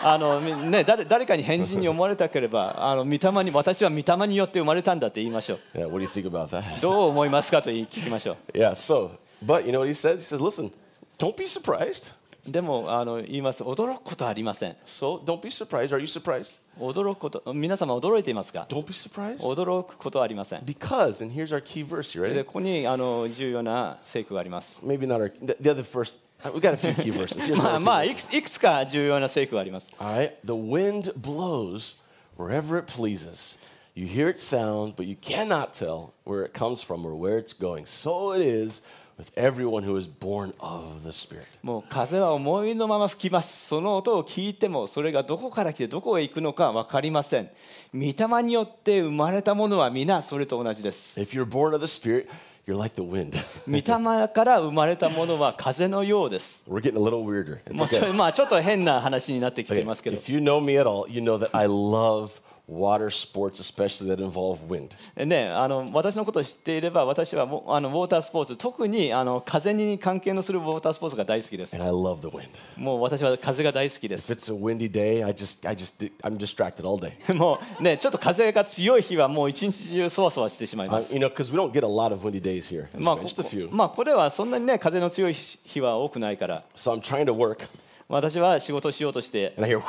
あのみね、誰誰かに変人に思われたければあの御霊に私は御霊によって生まれたんだって言いましょう
Yeah, what do you think about that?
どう思いますかと言い聞きましょ
Yeah, so, but you know what he says? He says, listen, don't be surprised.
うでもあの言います驚くことはありません
So, don't be surprised. Are you surprised?
驚くこと皆様驚いていますか
Don't be surprised.
驚くことはありません
Oh, Because, and here's our key verse, you
で
ready?
ここにあの重要な聖句があります
Maybe not our, the, the other first, we got a few key verses. Here's
ま
our
あ
key
まあ
verse.
いくついくつか重要な聖句があります
All right, the wind blows wherever it pleases. You hear its sound, but you cannot tell where it comes from or where it's going. So it is with everyone who is born of the Spirit.
もう風は思いのまま吹きますその音を聞いてもそれがどこから来てどこへ行くのか分かりません御霊によって生まれたものは皆それと同じです
If you're born of the Spirit, you're like the wind.
御霊から生まれたものは風のようです。
We're getting a little weirder. It's
もう ち
okay.
ょまあちょっと変な話になってきて
Okay,
ますけど、
If you know me at all, you know that I love water sports, especially that involve wind.
ね、あの私のことを知っていれば私はもうあのウォータースポーツ特にあの風に関係のするウォータースポーツが大好きです。
And I love the wind.
もう私は風が大好きで
If
す。
it's a windy day, I just, I just, I'm distracted all day.
もうねちょっと風が強い日はもう一日中そわそわしてしまい
Uh,
ます。
you know, because we don't get a lot of windy days here.
まあこ
Just a few.
まあこれはそんなにね風の強い日は多くないから。
So I'm trying to work,
私は仕事をしようとして、
and I hear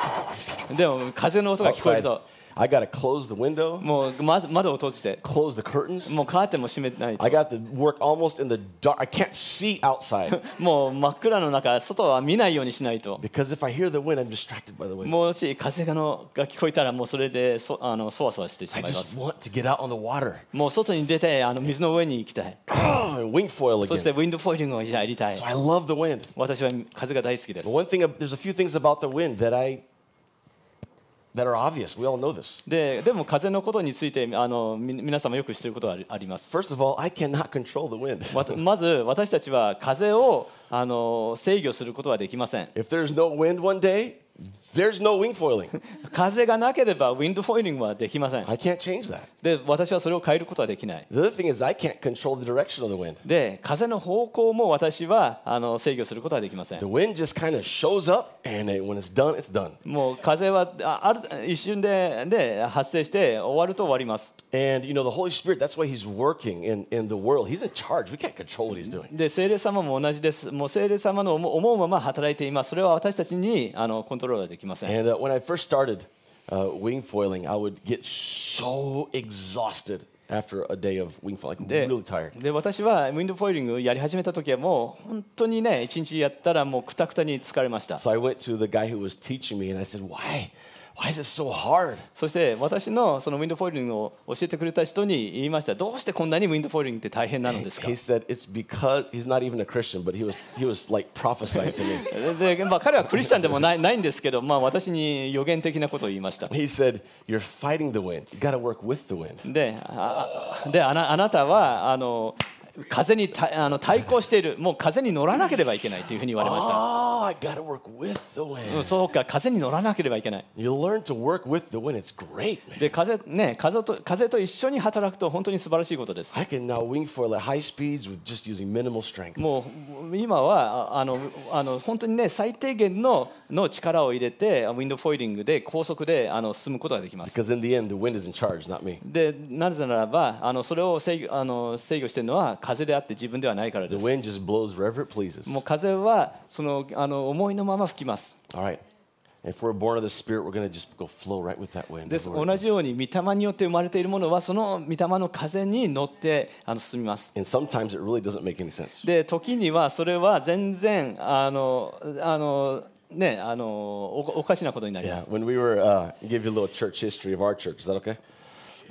でも風の音が聞こえる
outside.
と、
I gotta close the window,
もうまず窓を閉じて、
close the curtains.
もうカーテンも閉めないと
I。got to work almost in the dark. I can't see outside
もう真っ暗の中、外は見ないようにしないと。
because if I hear the wind, I'm distracted by the wind.
もし風がのが聞こえたら、もうそれでそあのそわそわしてし
I
まいま
just
す。
want to get out on the water
もう外に出てあの水の上に行きたい。
oh, and wing foil
そして
again.
ウィンドフォイリングをやりたい
So。I love the wind.
私は風が大好きです
But。one thing, there's a few things about the wind that I that are obvious. We all know this.
ででも風のことについてあのみ皆様よく知っていることはありあります。
First of all, I cannot control the wind.
わたまず私たちは風をあの制御することはできません。
If there's no wind one day, there's no wing foiling.
風がなければウィンドフォイリングはできません。
I can't change that.
で私はそれを変えることはできない。
The other thing is I can't control the direction of the wind.
で風の方向も私はあの制御することはできません
The。wind just kind of shows up, and it, when it's done, it's done.
もう風はあある一瞬でで発生して終わると終わります。
And you know, the Holy Spirit, that's why He's working in, in the world. He's in charge. We can't control what He's doing.
で聖霊様も同じです。もう聖霊様の思う思うまま働いています。それは私たちにあのコントロールはできません。
And uh, when I first started uh, wing foiling, I would get so exhausted after a day of wing foiling, like
で
really tired.
で私はウィンドフォイリングやり始めた時はもう本当にね一日やったらもうくたくたに疲れました
So I went to the guy who was teaching me, and I said, "Why, Why is it so hard?
そして私のそのウィンドフォイリングを教えてくれた人に言いましたどうしてこんなにウィンドフォイリングって大変なのですか
He said it's because he's not even a Christian, but he was he was like prophesying to me.
で、まあ、彼はクリスチャンでもないないんですけど、まあ、私に予言的なことを言いました
He said, "You're fighting the wind. You got to work with the wind."
であであなあなたはあの風にたあの対抗しているもう風に乗らなければいけないというふうに言われました。
Oh, I got to work with the
うん
wind.
そうか風に乗らなければいけない
You learn to work with the wind. It's great, man.
で風,、ね、風と風と一緒に働くと本当に素晴らしいことです
I can now wing for like high speeds with just using minimal strength.
もう今はああのあの本当にね最低限のの力を入れてウィンドフォイリングで高速であの進むことができます
Because in the end, the wind is in charge, not me.
でなぜならばあのそれを制御あの制御しているのは風であって自分ではないから
The
です
wind just blows wherever it pleases.
もう風はそのあの思いのまま吹きます
All right. If we're born of the Spirit, we're going to just go flow right with that wind.
で
everywhere.
同じように御霊によって生まれているものはその御霊の風に乗ってあの進みます
And sometimes it really doesn't make any sense.
で時にはそれは全然あのあのねあのおおかしなことになりま
Yeah.
す。
When we were, uh, give you a little church history of our church. Is that okay?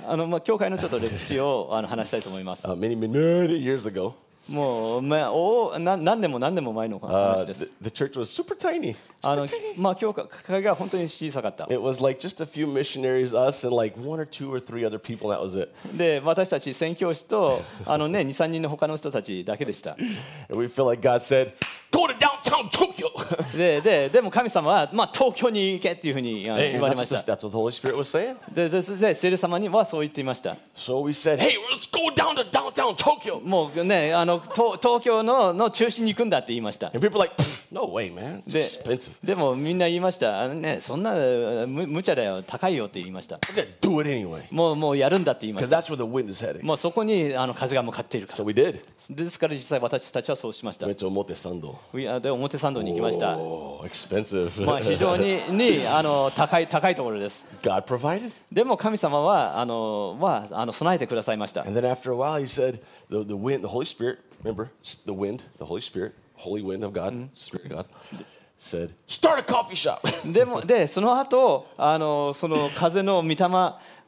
あのまあ教会のちょっと歴史をあの話したいと思い ます。
Uh, many, many, many years ago,
もうまあおな何年も何年も前の
uh,
話です
the,。the church was super tiny.
あのまあ教会が本当に小さかった。
It was like just a few missionaries, us, and like one or two or three other people. That was it.
で私たち宣教師 とあのね2、3人の他の人たちだけでした。
And we feel like God said, "Go to downtown Tokyo."
でででも神様はまあ東京に行けっていうふうにあの
Hey,
言われ
that's,
ま
what
し
the,
た。
that's what the Holy Spirit was saying.
ででで聖霊様にはそう言っていました。
So we said, "Hey, let's go down to downtown Tokyo."
もうねあのと東京のの中心に行くんだって言いました。
And people were like, "Pfft, "No way, man! It's
で
expensive.
でもみんな言いましたあの、ね、そんなむ無茶だよ高いよって言いました
We're gonna do it anyway,
もうもうやるんだって言いまし
because
た
that's where the wind is heading."
もうそこにあの風が向かっているから
So we did.
ですから実際私たちはそうしました
Went to Omotesando.
We are- で表参道に行きました
Oh, expensive.
まあ非常ににあの高い高いところです
God provided.
でも神様はあのはあの備えてくださいました
And then after a while, he said, the, the wind, the Holy Spirit, remember, s- the wind, the Holy Spirit, holy wind of God, Spirit of God, said, start a coffee shop.
でもでその後あのその風の御霊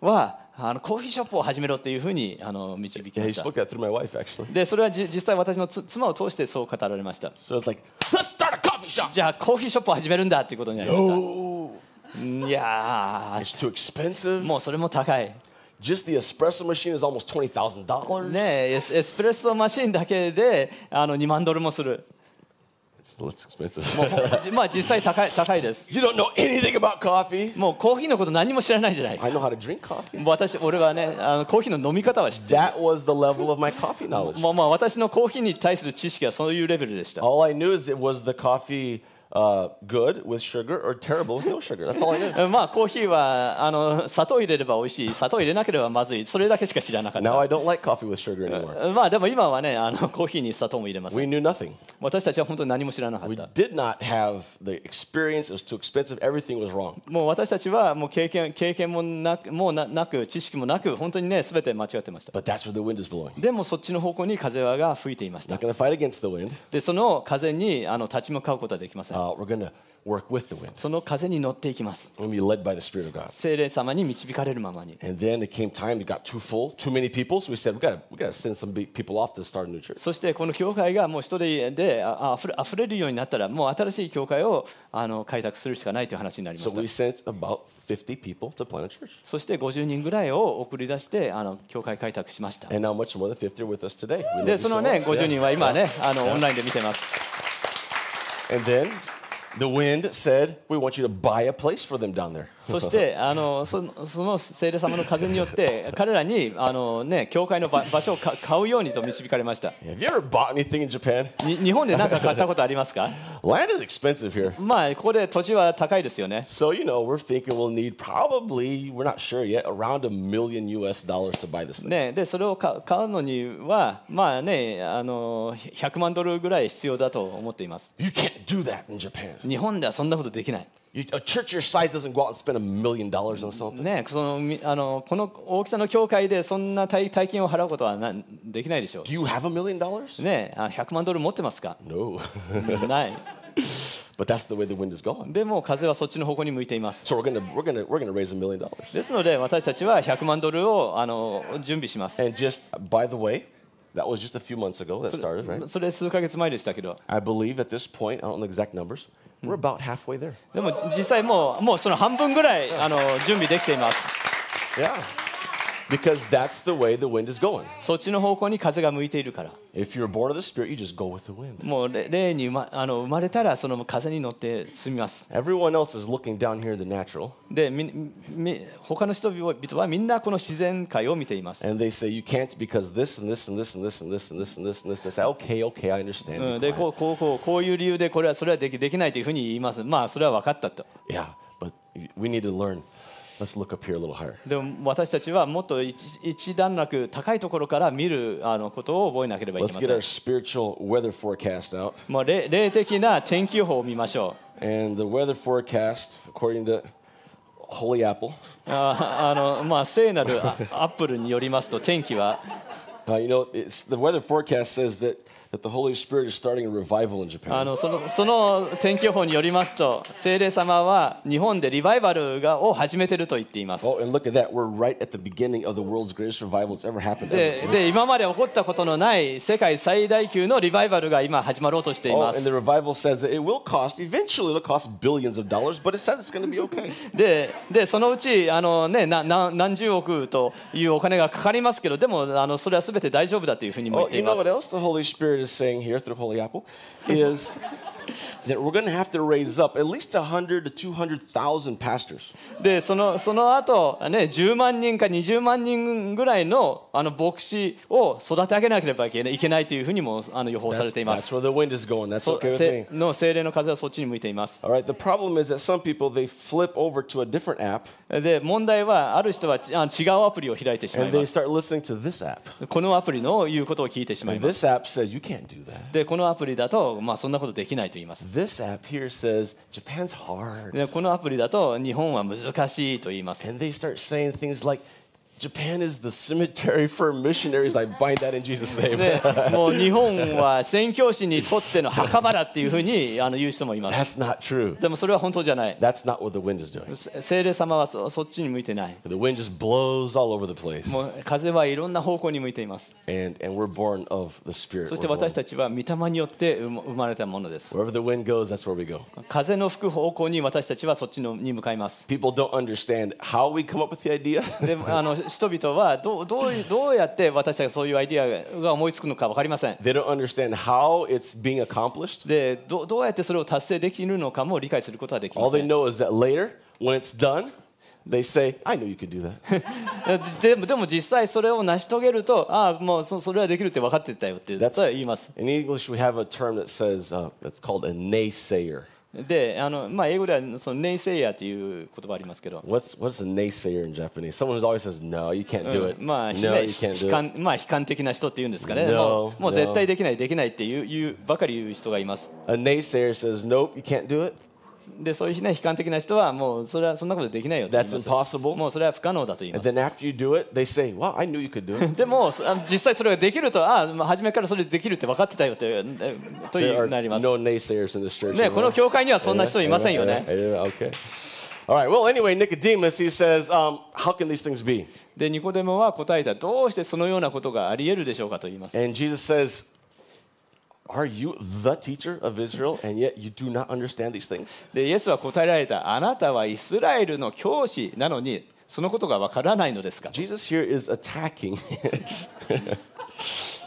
はあのコーヒーショップを始めろっていうふうにあの導き
yeah,
ま
he
した
spoke that through my wife, actually.
でそれはじ実際私のつ妻を通してそう語られました
So it's like, let's start a coffee shop.
じゃあコーヒーショップを始めるんだっていうことになりました
Oh,
いや
it's too expensive.
ー、もうそれも高い。
Just the espresso machine is almost $20,000.
ねえ、エスエスプレッソマシンだけであの2万ドルもす る。
It's, it's expensive.
じまあ実際高い高いです。
you don't know anything about coffee.
もうコーヒーのこと何も知らないじゃない。
I know how to drink coffee.
私、俺はね、あのコーヒーの飲み方は知ってる。
That was the level of my coffee knowledge.
まあまあ私のコーヒーに対する知識はそういうレベルでした。
All I knew is it was the coffee uh, good with sugar or terrible with no sugar. That's all I knew.
まあコーヒーはあの砂糖入れれば美味しい、砂糖入れなければまずい、それだけしか知らなかっ
Now
た。
I don't like coffee with sugar anymore.
まあでも今はね、あのコーヒーに砂糖も入れます。
We knew nothing.
私たちは本当に何も知らなかっ
We
た。
did not have the experience. It was too expensive. Everything was wrong.
もう私たちはもう経験経験もなくもうななく知識もなく本当にね全て間違ってました
But that's where the wind is blowing.
でもそっちの方向に風はが吹いていました
Not going to fight against the wind.
でその風にあの立ち向かうことはできません
Uh, we're going to work with the wind.
その風に乗っていきます
We're going to be led by the Spirit of God.
精霊様に導かれるままに
And then it came time. It got too full, too many people. So we said, we got to we got to send some big people off to start a new church.
そしてこの教会がもう人ででああふれ溢れるようになったらもう新しい教会をあの開拓するしかないという話になりま
So
した
we sent about 50 people to plant a church.
そして50人ぐらいを送り出してあの教会開拓しました
And now much more than 50 are with us today. We love you
でそ
so
のね
much.
50
Yeah.
人は今 ねあのオンラインで見てます
And then the wind said, We want you to buy a place for them down there.
そしてあのそのその聖霊様の風によって彼らにあの、ね、教会の場場所をか買うようにと導かれました
Have you ever bought anything in Japan?
に日本で何か買ったことありますか
Land is expensive here.
まあここで土地は高いですよね
So, you know, we're thinking we'll need probably, we're not sure yet, around a million US dollars to buy this thing.
ねでそれを買う買うのにはまあねあの100万ドルぐらい必要だと思っています
You can't do that in Japan.
日本ではそんなことできない、
You, a church your size doesn't go out and spend a million dollars on something.
ね、そのみあのこの大きさの教会でそんな大大金を払うことはなできないでしょ
Do you have a million dollars?
うねあ100万ドル持ってますか
No.
ない
But that's the way the wind is going.
でも風はそっちの方向に向いています
So we're gonna we're gonna we're gonna raise a million dollars.
ですので私たちは100万ドルをあの準備します
And just by the way, that was just a few months ago that started, right?
それ数ヶ月前でしたけど
I believe at this point, I don't know the exact numbers, we're about halfway there.
でも実際もうもうその半分ぐらいあの準備できています
Yeah. Because that's the way the wind is going.
そっちの方向に風が向いているから
If you're born of the Spirit, you just go with the wind.
もうれ霊に生まあの生まれたらその風に乗って進みます
Everyone else is looking down here in the natural,
でみみ他の人々はみんなこの自然界を見ています、
and they say you can't because this and this and this and this and this and this and this and this. They say, okay, okay, I understand.
う
Be
ん、で
quiet."
こうこうこうこういう理由でこれはそれはできできないというふうに言いますまあそれは分かったと
Yeah, but we need to learn. Let's look up here a little higher.
でも私たちはもっと一一段落高いところから見るあのことを覚えなければいけ
Let's
ま
get
せん
our spiritual weather forecast out.
もう霊霊的な天気予報を見ましょ
And the weather forecast, according to Holy Apple,
うあ あのまあ聖なるあアップルによりますと天気は
uh, you know, it's, the weather forecast says that, that the Holy Spirit is starting a revival in
あ
Japan.
のそのその天気予報によりますと聖霊様は日本でリバイバルがを始めてると言っています
Oh, and look at that. We're right at the beginning of the world's greatest revival that's ever happened.
で
ever.
で今まで起こったことのない世界最大級のリバイバルが今始まろうとしてい
Oh,
ま
and
す
the revival says that it will cost, eventually, it'll cost billions of dollars, but it says it's going to be okay.
ででそのうちあの、ね、なな何十億というお金がかかりますけどでもあのそれは全て大丈夫だというふうにも
Oh,
言って
you
いま
know what
す
else the Holy Spirit is saying here through Holy Apple is that we're going to have to raise up at least 100 to 200,000 pastors.
でそのその後、ね10万人か20万人ぐらいのあの牧師を育て上げなければいけないいけないというふうにもあの予報され
That's,
ていま
that's
す
where the wind is going. That's
そ
okay with
せ
me.
の精霊の風はそっちに向いています
All right. The problem is that some people they flip over to a different app
で問題はある人はちあ違うアプリを開いてしま
and they
います
start listening to this app.
このアプリの言うことを聞いてしまい
And
ます
this app says you can't do that.
でこのアプリだと、まあ、そんなことできないと言います。
This app here says Japan's hard.
でこのアプリだと日本は難しいと言います。
And they start saying things like Japan is the cemetery for missionaries. I bind that in Jesus' name.
で もう日本は宣教師にとっての墓場だっていうふうにあの言う人もいま
That's
す。
not true.
でもそれは本当じゃない。
That's not what the wind is doing.
せ聖霊様はそそっちに向いてない。
The wind just blows all over the place.
もう風はいろんな方向に向いています。
And, and we're born of the Spirit.
そして
We're born-
私たちは御霊によって生ま生まれたものです。
Wherever the wind goes, that's where we go.
風の吹く方向に私たちはそっちのに向か います。
People don't understand how we come up with the idea.
であの人々はどうどういうどうやって私たちがそういうアイディアが思いつくのか分かりません。
They don't understand how it's being accomplished.
でどどうやってそれを達成できるのかも理解することはでき
All
ませ
they
ん
know is that later, when it's done, they say, I knew you could do that.
ででもでも実際それを成し遂げるとああもうそそれはできるって分かってたよって言
That's-
言います
In English, we have a term that says, uh, that's called a naysayer.
であの、まあ、英語ではそのネイセイヤーっていう言葉ありますけど、
What's, what's a naysayer in Japanese? Someone who always says, no, you can't do
うん
it.
まあ、ひ
No,
ね
you
ひ
can't
悲
do it.
観まあ悲観的な人っていうんですかね
No,
もうもう
no.
絶対できないできないっていういうばかり言う人がいます
A naysayer says, nope, you can't do it.
でそういう、ね、悲観的な人はもうそれはそんなことできないよって言い
That's
ます
impossible.
もうそれは不可能だと言いま
And
す
then after you do it, they say, wow, I knew you could do it.
でもそあの実際それができるとああまあ初めからそれできるって分かってたよってえとい
There
うよう
are
になります
no naysayers in this church.
ね、
amen?
この教会にはそんな
Amen,
人いませんよ
amen,
ね。
amen, amen, Okay. All right. Well, anyway, Nicodemus, he says, um, how can these things be?
で、ニコデモは答えた、どうしてそのようなことがあり得るでしょうかと言います。
And Jesus says, Are you the teacher of Israel, and yet you do not understand these things?
で、イエスは答えられた、あなたはイスラエルの教師なのに、そのことがわからないのですか。
Jesus here is attacking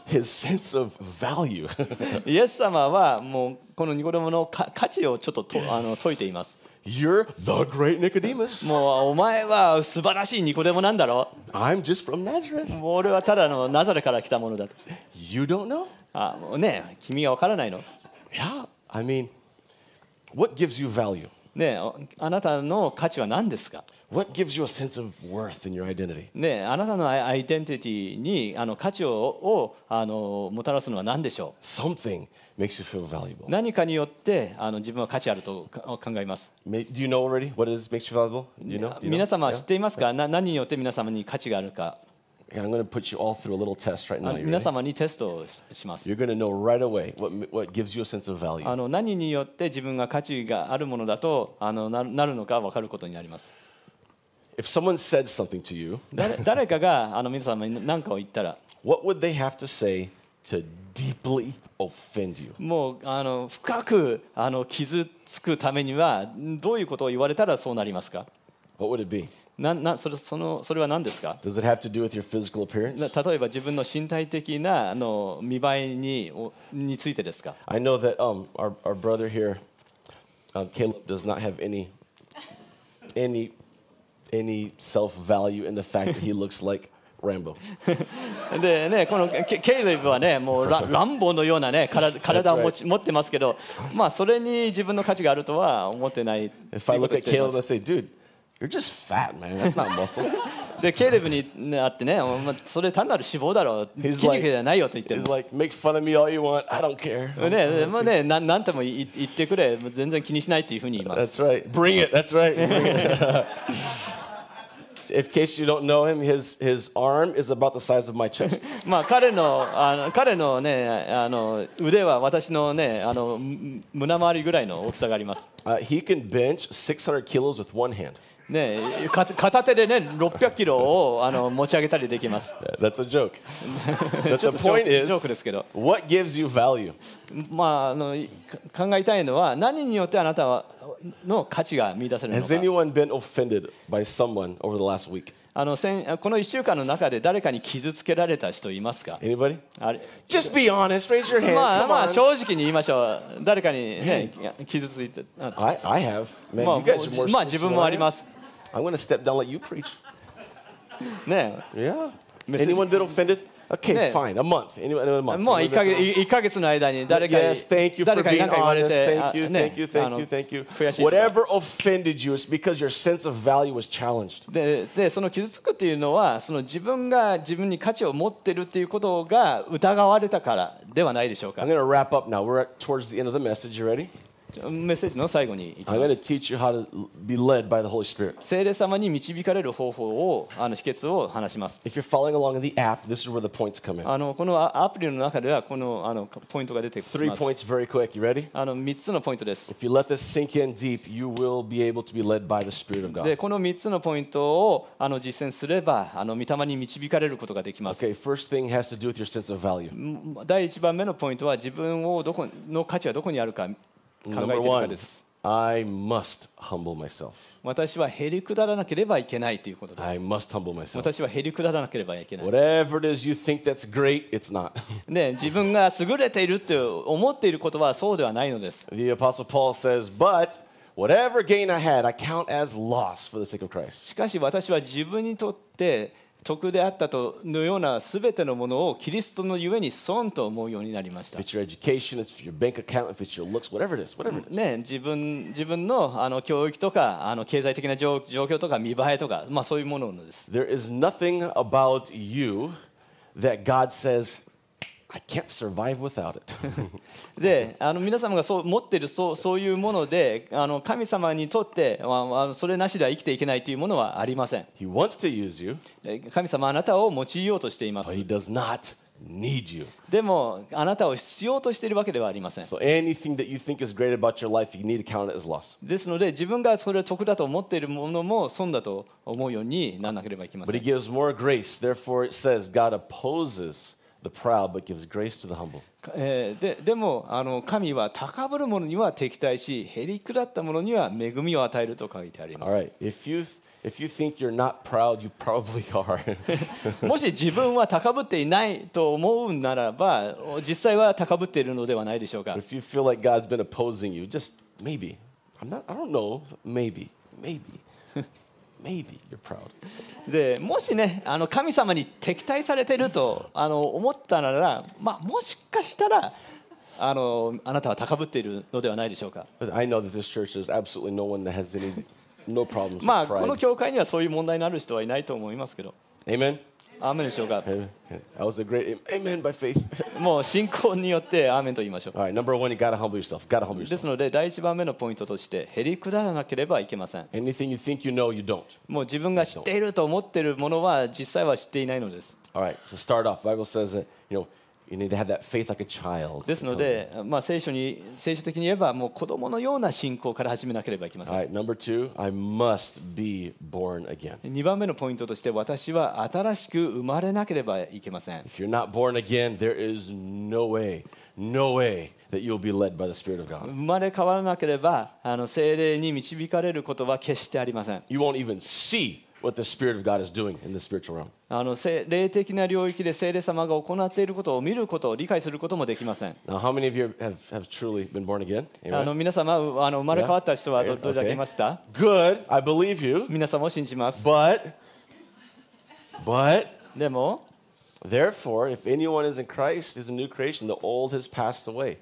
his sense of value.
イエス様はもうこのニコデモのか価値をちょっととあの解いています。
You're the great Nicodemus.
もうお前は素晴らしいニコデモなんだろ
I'm just from Nazareth.
もう俺はただのナザレから来たものだと。
You don't know?
あもうね、君がわからないの。
Yeah. I mean, what gives you value?
ねおあなたの価値は何ですか
What gives you a sense of worth in your identity?
ねえあなたのアイアイデンティティにあの価値ををあのもたらすのは何でしょ
Something makes you feel valuable.
う何かによってあの自分は価値あるとか考えます
Ma- Do you know already what it is makes you valuable? Do you know? Do you know?
皆様は
Yeah?
知っていますか、な何によって皆様に価値があるか
And I'm going to put you all through a little test right
あ
now.
の
You
皆
ready?
様にテストをしします
You're going to know right away what, what gives you a sense of value.
あの何によって自分が価値があるものだとあのななるのか分かることになります
If someone said something to you,
誰 誰かがあの皆様に何かを言ったら
what would they have to say to deeply offend you?
もうあの深くあの傷つくためにはどういうことを言われたらそうなりますか
What would it be?
ななそれそのそれは何ですか
Does it have to do with your physical appearance?
な例えば自分の身体的なあの見栄えにおについてですか
I know that um, our, our brother here, um, Caleb, does not have any any any self value in the fact that he looks like Rambo.
でねこのケケイレブはねもうラ ランボーのようなね体体を持ち持ってますけどまあそれに自分の価値があるとは思ってない
If
と
I
いうこ
look
とを
at
していま
Caleb, I
す
say, "Dude, you're just fat, man. That's not muscle."
でケイレブにね会ってねお前それ単なる脂肪だろ
He's
筋肉じゃないよと言って
He's
も
like, "Make fun of me all you want. I don't care."
ねもうねなんなんとも言い言ってくれもう全然気にしないっていうふうに言います
That's right. Bring it. That's right. Bring it. In case you don't know him, his his arm is about the size of my chest.
まあ彼のあの彼のねあの腕は私のねあのむ胸周りぐらいの大きさがあります
Uh, he can bench 600 kilos with one hand.
ねか片手でね600キロをあの持ち上げたりできます
Uh, That's a joke. but
ちょ
the
っとジョー
point
クジョークで
is,
すけど
what gives you value?
まああのいか考えたいのは何によってあなたはの価値が見出せるの
Has
か
anyone been offended by someone over the last week?
あの先この1週間の中で誰かに傷つけられた人いますか
Anybody?
あれ
Just be honest. Raise your hand.
まあ
Come
まあ
on.
正直に言いましょう誰かにね傷ついてあ
I, I have. Man,
まあ
you guys are more
まあ
spiritual
自
than
分もあ
I
り
am.
ます
I'm going to step down and let you preach.
ね
Yeah.
Message-
Anyone been offended? Okay,
Yes.
fine. A month. Anyone, anyone a month.
もう
Anyone been
1か
offended?
月一ヶ月の間に誰かに
Yes, thank you for
誰かに
being
何か言われ
honest.
て
Thank
あ
you,
ね
thank you,
あ
thank
の
you, thank you.
悔しいとか
Whatever offended you, it's because your sense of value was challenged.
ででその傷つくっていうのはその自分が自分に価値を持ってるっていうことが疑われたからではないでしょうか
I'm going to wrap up now. We're at, towards the end of the message. You ready?
メッセージの最後に行き
I'm
ま
going to
す
teach you how to l- be led by the Holy Spirit.
聖霊様に導かれる方法をあの秘訣を話します
If you're following along in the app, this is where the points come in.
あのこのあアプリの中ではこのあのポイントが出てきます
Three points very quick. You ready?
あの3つのポイントです。
If you let this sink in deep, you will be able to be led by the Spirit of God.
で、この3つのポイントをあの実践すれば、あの御霊に導かれることができます。
Okay, first thing has to do with your sense of value.
ん第1番目のポイントは、自分をどこの価値はどこにあるか考えてい
Number
るか
one,
です。
I must humble myself.
私はへりくだらなければいけないということです。
I must humble myself.
私はへりくだらなければいけない。
Whatever it is you think that's great, it's not.
ね、自分が優れているって思っていることはそうではないのです。
The Apostle Paul says, But whatever gain I had, I count as loss for the sake of Christ.
しかし私は自分にとって得であったとのような全てのものをキリストのゆえに損と思うようになりました。
If it's your education, if it's your bank account, if it's your looks, whatever it is, whatever it is.
ね、自分自分のあの教育とかあの経済的な状状況とか見栄えとか、まあ、そういうものです。
There is nothing about you that God says, I can't survive without it.
であの皆様がそう持っているそうそういうものであの神様にとってああのそれなしでは生きていけないというものはありません。
he wants to use you,
え神様あなたを用いようとしていま
but
す
He。does not need you.
でもあなたを必要としているわけではありません。
So anything that you think is great about your life, you need to count it as loss.
ですので自分がそれを得だと思っているものも損だと思うようにならなければいけませ
But he
ん。
gives more grace. Therefore, it says, God opposes the proud, but gives grace to the humble.
えーででもあの神は高ぶる者には敵対しへりくだった者には恵みを与えると書いてありま
All
す、
right. If you, if you think you're not proud, you probably are.
もし自分は高ぶっていないと思うならば実際は高ぶっているのではないでしょうか
if you feel like God's been opposing you, just maybe. I'm not, I don't know. Maybe. Maybe. Maybe you're proud.
でもしねあの神様に敵対されているとあの思ったなら、まあ、もしかしたらあのあなたは高ぶっているのではないでしょうか
But I know that this church, there's absolutely no one that has any, no problems
まあ
with pride.
この教会にはそういう問題のある人はいないと思いますけど
Amen?
アーメンでしょうか
That was a great amen by faith.
もう信仰によってアーメンと言いましょう
All right, number one, you gotta humble yourself. Gotta humble
で
yourself.
すので第一番目のポイントとしてへりくだらなければいけません
Anything you think you know, you don't.
もう自分が知っていると思っているものは実際は知っていないのです
All right, so start off. Bible says that you know you need to have that faith like a child.
ですので、まあ、聖書に聖書的に言えばもう子供のような信仰から始めなければいけません
All right, number two, I must be born again.
2番目のポイントとして私は新しく生まれなければいけません
If you're not born again, there is no way, no way that you'll be led by the Spirit of God.
生まれ変わらなければあの精霊に導かれることは決してありません
You won't even see what the Spirit of God is doing in the spiritual realm.
あの精霊的な領域で精霊様が行っていることを見ることを理解することもできません
Now, how many of you have, have truly been born again?
あ
Amen.
の皆様うあの生まれ変わった人はど
Yeah.
どれだけいました、
Good, I believe you.
皆様を信じます。
But, but,
でも、
therefore, if anyone is in Christ, is a new creation. The old has passed away.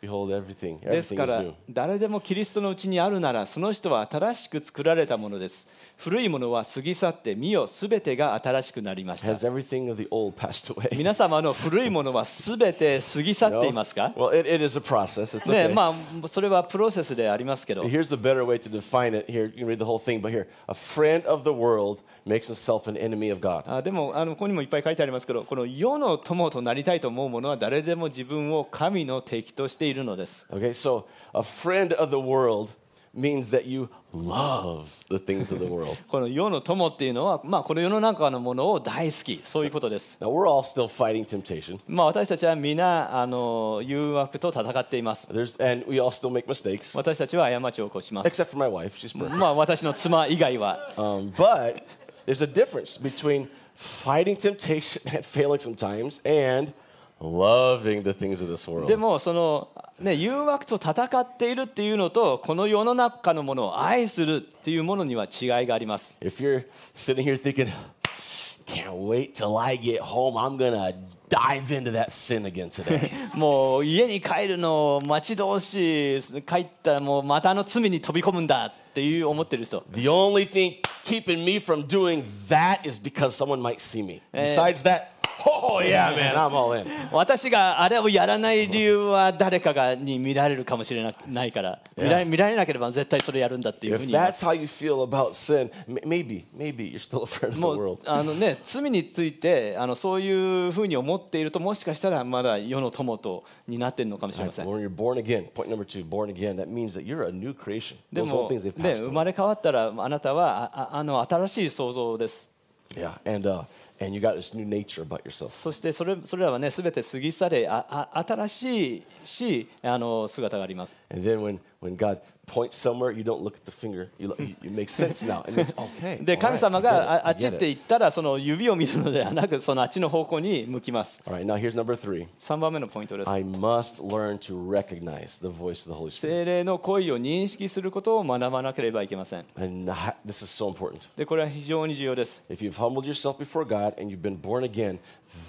Behold, everything,
です
everything
か
is
ら
new.
誰でもキリストのうちにあるならその人は新しく作られたものです。古いものは過ぎ去って見よすべてが新しくなりました。
Has everything of the old passed away?
皆様の古いものはすべて過ぎ去 っていますか、
Well, it, it is a process. It's
ね
okay.
まあ、それはプロセスでありますけど
Here's a better way to define it. Here, you can read the whole thing, but here, a friend of the world makes himself an enemy of God.
あでもあのここにもいっぱい書いてありますけどこの世の友となりたいと思う者は誰でも自分を神の敵としているのです。
Okay, so a friend of the world means that you love the things of the world.
この世の友っていうのは、まあ、この世の中のものを大好きそういうことです。
Now, we're all still fighting temptation.
まあ、私たちは皆あの誘惑と戦っています。
There's, and we all still make mistakes,
私たちは過ちを起こします。
except for my wife. She's perfect.
まあ私の妻以外は
Um, but there's a difference between fighting temptation and failing sometimes and loving the things of this
で
world.
もその、ね、誘惑と戦っているっていうのとこの世の中のものを愛するっていうものには違いがあります
If you're sitting here thinking, can't wait till I get home, I'm going to dive into that sin again today.
もう家に帰るのを待ち遠しい帰ったらもうまたあの罪に飛び込むんだっていう思ってる人
the only thing keeping me from doing that is because someone might see me. Besides that, oh Eh. yeah, man, I'm all in.
私があれをやらない理由は誰かがに見られるかもしれなないから見られ見られなければ絶対それやるんだっていうふう
If
に言います
that's how you feel about sin, m- maybe, maybe you're still a friend of the
もう
world.
あの、ね、罪についてあのそういうふうに思っているともしかしたらまだ世の友とになっているのかもしれません。
When you're born again, point number two, born again, that means that you're a new creation.
で
Those old
も、ね
things they've passed
生
away.
まれ変わったらあなたはあああの新しい創造です。
Yeah, and uh, and you got this new nature about yourself.
そしてそれそれらはね全て過ぎ去れああ新しいしあの姿があります。
And then when when God points somewhere, you don't look at the finger. You look, you, it makes sense now. It makes okay.
で
all right,
神様
I get
が
it,
ああ
I
っちっ
get it.
て言ったらその指を見るのではなくそのあっちの方向に向きます。
All right, now here's number three.
3番目のポイントです。
I must learn to recognize the voice of the Holy Spirit.
精霊の声を認識することを学ばなければいけません。
And ha- this is so important.
でこれは非常に重要です。
If you've humbled yourself before God and you've been born again,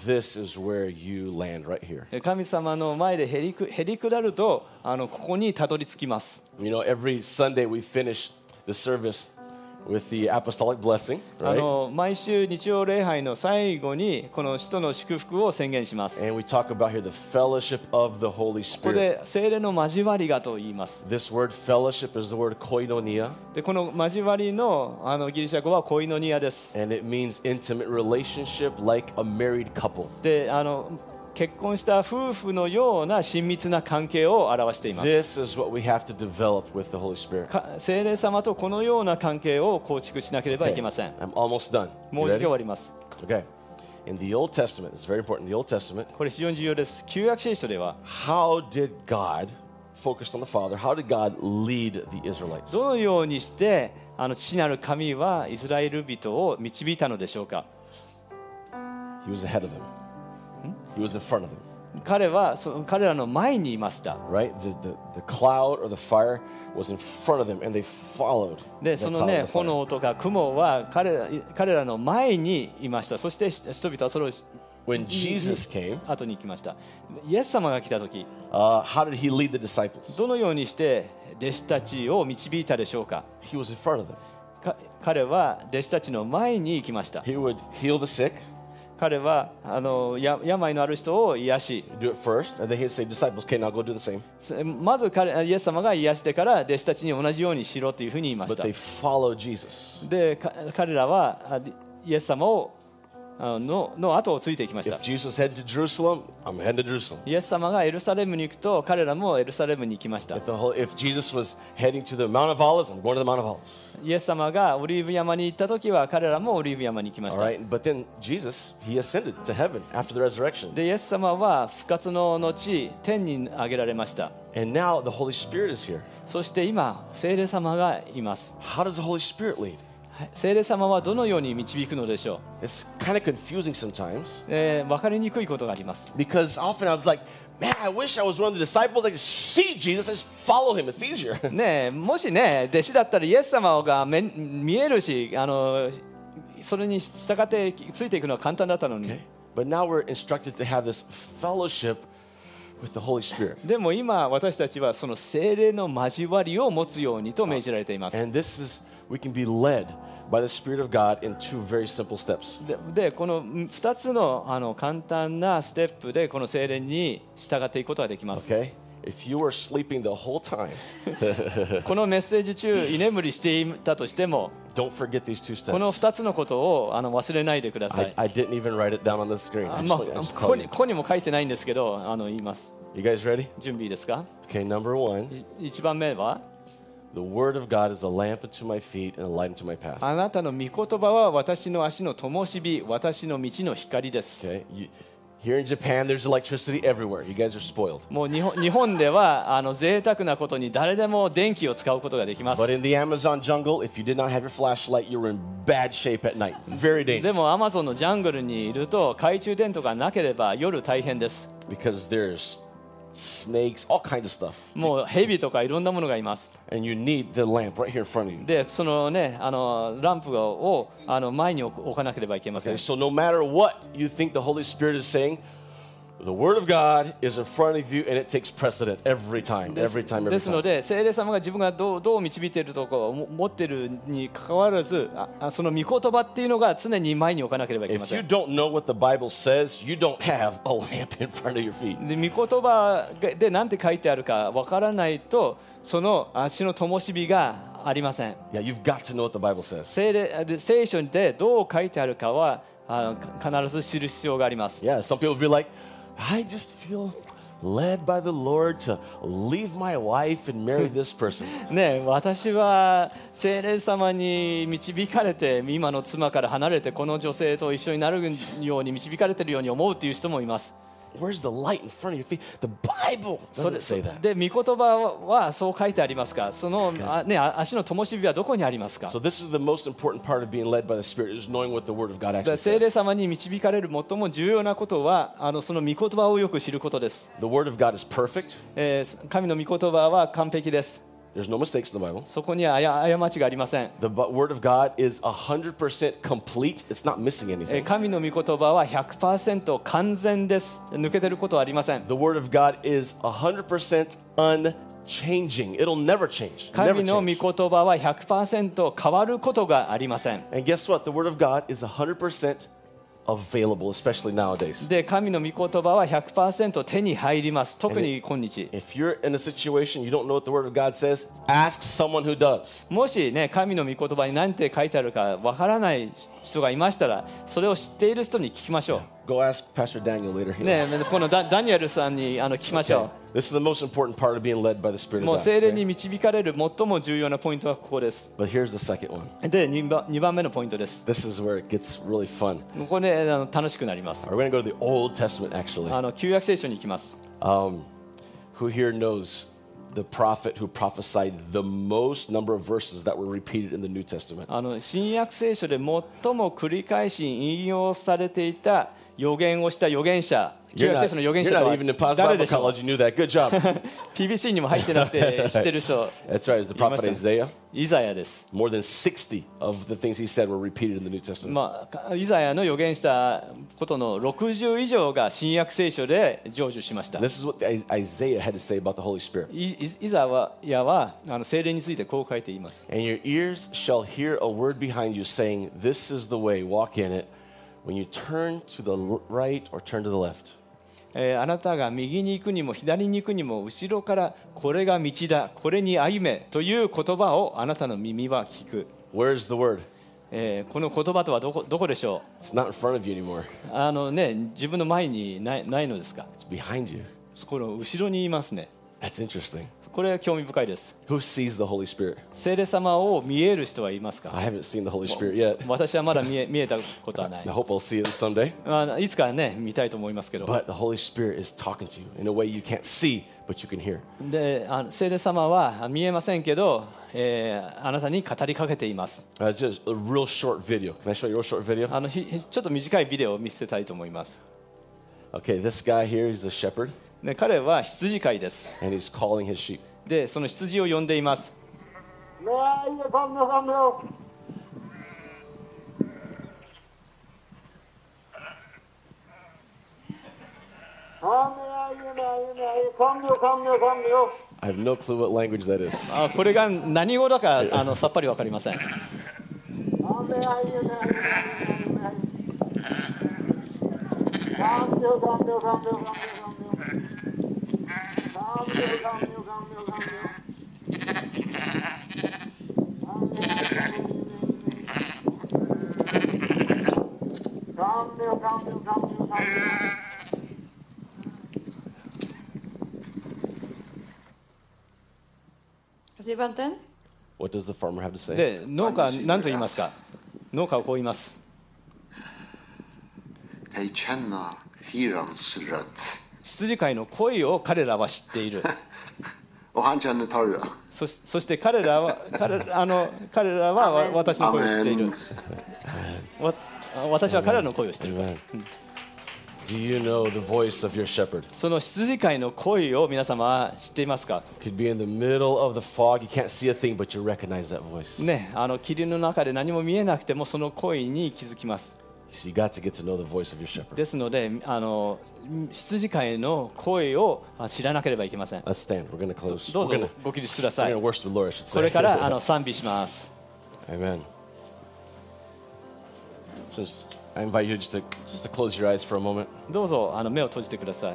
this is where you land right here.
神様の前でへりくへりくだるとあのここにたどり着きます、
You know, every Sunday we finish the service with the apostolic blessing,
あ
right?
の毎週日曜礼拝の最後にこの使徒の祝福を宣言しますこ
And we talk about here the fellowship of the Holy
こ
Spirit.
で精霊の交わりがと言います
This word fellowship is the word koinonia,
でこの交わりのあのギリシャ語はコイノニアです
and it means intimate relationship like a married couple.
であの結婚した夫婦のような親密な関係を表しています
This is what we have to develop with the Holy Spirit.
か精霊様とこのような関係を構築しなければいけません
I'm almost done. You
もう
ready?
授業終わります
Okay. In the Old Testament, it's very important. In the Old Testament,
これ非常に重要です旧約聖書では
how did God, focused on the Father, how did God lead the Israelites?
どのようにしてあの父なる神はイスラエル人を導いたのでしょうか
He was ahead of them, He was in front of them,
彼はそ彼らの前にいました
right? The, the, the cloud or the fire was in front of them, and they followed.
で
the
そ
cloud
の
and
ね
the fire.
炎とか雲は彼ら彼らの前にいましたそしてし人々はそれを
When Jesus came,
後に行きましたイエス様が来た時
uh, how did He lead the disciples?
どのようにして弟子たちを導いたでしょうか
He was in front of them.
か彼は弟子たちの前に行きました
He would heal the sick,
彼はあのや病のある人を癒し
Do it first, and then he'd say, disciples, okay, now go do the same.
すまず彼イエス様が癒してから弟子たちに同じようにしろというふうに言いまし
But
た
they follow Jesus.
でか彼らはあイエス様をあのの後をついていきました
If Jesus headed to Jerusalem, I'm heading to Jerusalem.
イエス様がエルサレムに行くと彼らもエルサレムに行きました
If, the whole, if Jesus was heading to the Mount of Olives, I'm going to the Mount of Olives.
イエス様がオリーブ山に行った時は彼らもオリーブ山に行きまし
All
た
right, but then Jesus, he ascended to heaven after the resurrection.
でイエス様は復活の後天に上げられました
And now the Holy Spirit is here.
そして今聖霊様がいます
How does the Holy Spirit lead?
はい聖霊様はどのように導くのでしょ
It's kind of confusing sometimes
う、えー分かりにくいことがあります
because often I was like, man, I wish I was one of the disciples. I could see Jesus, I just follow him. It's easier.
ねえもしね弟子だったらイエス様が目見えるしあのそれに従ってついていくのは簡単だったのに、
but now we're instructed to have this fellowship with the Holy Spirit.
でも今私たちはその聖霊の交わりを持つようにと命じられています
And this is, we can be led by the Spirit of God in two very simple steps.
ででこの2つのあの簡単なステップでこの聖霊に従っていくことができます
Okay? If you were sleeping the whole time,
このメッセージ中居眠りしていたとしても
don't forget these two
この
steps.
2つのことをあの忘れないでくださ
I,
い
I didn't even write it down on the screen.
あまあ
Actually, I just
ここ
called
に
you.
ここにも書いてないんですけどあの言います
you guys ready?
準備いいですか
Okay, number one
1番目は
the Word of God is a lamp unto my feet and a light unto my path.
あなたの御言葉は私の足の灯火私の道の光です、
Okay? You, here in Japan, there's electricity everywhere. You guys are spoiled.
もう日本 日本ではあの贅沢なことに誰でも電気を使うことができます
But in the Amazon jungle, if you did not have your flashlight, you were in bad shape at night. Very
で
dangerous.
もアマゾンのジャングルにいると懐中電灯がなければ夜大変です
Because there's snakes, all kinds of stuff.
もう蛇とかいろんなものがいます
And you need the lamp right here in front of you.
でそのねあのランプをあの前に置く置かなければいけません
And so, no matter what you think the Holy Spirit is saying, the Word of God is in front of you and it takes precedent every time,
です
every time,
で
every
すの
time.
で聖霊様が自分がどうどう導いているとこをも持っているにかかわらずああその御言葉っていうのが常に前に置かなければいけま
If
せ
you
ん
don't know what the Bible says, you don't have a lamp in front of your feet.
で御言葉がで何て書いてあるかわからないとその足の灯火がありません
Yeah, you've got to know what the Bible says.
聖霊あで聖書でどう書いてあるかはあのか必ず知る必要があります
Yeah, some people be like, I just feel led by the Lord to leave my wife and marry this person.
ねえ私は聖霊様に導かれて今の妻から離れてこの女性と一緒になるように導かれてるように思うっていう人もいます
Where's the light in front of your feet? The Bible
それ
doesn't say that.
で御言葉はそう書いてありますかそのあ、ね、あ足の灯火はどこにありますか
So this is the most important part of being led by the Spirit is knowing what the Word of God
だか
actually
ら聖
says.
霊様に導かれる最も重要なことはあのその御言葉をよく知ることです、
The Word of God is perfect.
えー神の御言葉は完璧です
There's no mistakes in the Bible.
そこにはあや過ちがありません
The Bu- Word of God is 100% complete. It's not missing
えー
anything.
神の御言葉は100%完全です抜けてることはありません
The Word of God is 100% unchanging. It'll never change.
神
Never
の御
change.
言葉は100%変わることがありません
And guess what? The Word of God is 100% available, especially nowadays.
で神の御言葉は100%手に入ります特に今日
If you're in a situation you don't know what the Word of God says, ask someone who does.
もしね神の御言葉に何て書いてあるかわからない人がいましたらそれを知っている人に聞きましょ
Go ask Pastor Daniel later.
う、ね、このダダニエルさんにあの聞きまし
Okay.
ょ
This is the most important part of being led by the
う
Spirit
もう
of God.
精霊
okay?
に導かれる最も重要なポイントはここです
But here's the second one.
で2番 ,2 番目のポイントです
This is where it gets really fun.
ここで、あの楽しくなります
We're going to go to the Old Testament, actually.
あの旧約聖書に行きます、
Um, who here knows the prophet who prophesied the most number of verses that were repeated in the New Testament?
あの新約聖書で最も繰り返し引用されていた予言をした預言者旧
You're
約聖
not,
書の預言
you're
者と
not even in
は
Paz
誰
Bible
でしょう
College. You knew that. Good job.
PBC にも入ってなくて知ってる 人
That's right. It's the prophet
must have-
Isaiah.
イザヤです
More than 60 of the things he said were repeated in the New Testament.
まあ、イザヤの予言したことの60以上が新約聖書で成就しました
And。This is what I- Isaiah had to say about the Holy Spirit.
イイイザヤはあの聖霊についてこう書いています。
And your ears shall hear a word behind you saying, This is the way, walk in it, when you turn to the l- right or turn to the left.
えーあなたが右に行くにも左に行くにも後ろからこれが道だこれに歩めという言葉をあなたの耳は聞く、
Where is the word?
えーこの言葉とはどこどこでしょ
It's not in front of you anymore.
うあのね自分の前にないないのですか
It's behind you.
この後ろにいますね
That's interesting.
これは興味深いです
Who sees the Holy Spirit?
聖霊様を見える人はいますか
I haven't seen the Holy Spirit yet.
私はまだ見え見えたことは ない
I hope I'll see him someday.
まあ、いつかね見たいと思いますけど
But the Holy Spirit is talking to you in a way you can't see, but you can hear.
であの聖霊様は見えませんけど、えーあなたに語りかけています
Uh, it's just a real short video. Can I show you a real short video?
あのひちょっと短いビデオを見せたいと思います
Okay, this guy here, he's a shepherd,
で彼は羊飼いです
and he's calling his sheep.
でその羊を呼んでいます
Where are you from, no, from, no? Come here, you may, you come, you come, you come, you.
I have no clue what language that is.
あこれが何語だかあのさっぱり分かりません
Come here, you may, you may, you may. Come, you come, you come, you come, you come, you. Come, you come, you come, you come, you. Come here, you may, you may, you may. Come, you come, you come, you come, you.
Vad säger Bente?
What does the farmer have to say?
で農家は何と言いますか農家はこう言います
Jag känner hyrans röst.
羊飼いの声を彼らは知っている
Och han känner torra.
そしそして彼らは彼らあの彼らはわ私の声を知っている
Amen.
わ私は彼らの声を知っている
Amen. Do you know the voice of your shepherd?
その羊飼いの声を皆様は知っていますか
Could be in the middle of the fog. You can't see a thing, but you recognize that voice.
ねあの霧の中で何も見えなくてもその声に気づきます
So you got to get to know the voice of your shepherd.
ですのであの羊飼いの声をあ知らなければいけません
Let's stand. We're going to close.
ど
We're
うぞ
gonna-
ご起立くだ
we're
さ
going
い
to worship the Lord, I should
こ れからあ
say.
の賛美します
Amen. Just, I invite you just to, just to close your eyes for a moment.
どうぞあの目を閉じてください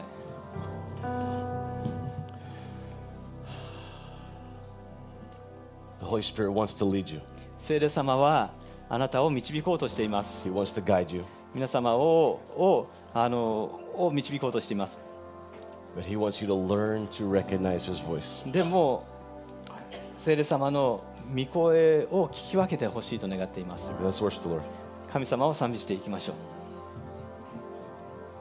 The Holy Spirit wants to lead you.
聖霊様はあなたを導こうとしています
He wants to guide you,
皆様ををあのを導こうとしています
but He wants you to learn to recognize His voice.
でも聖霊様の御声を聞き分けてほしいと願っています
Let's worship the Lord.
神様を賛美していきましょう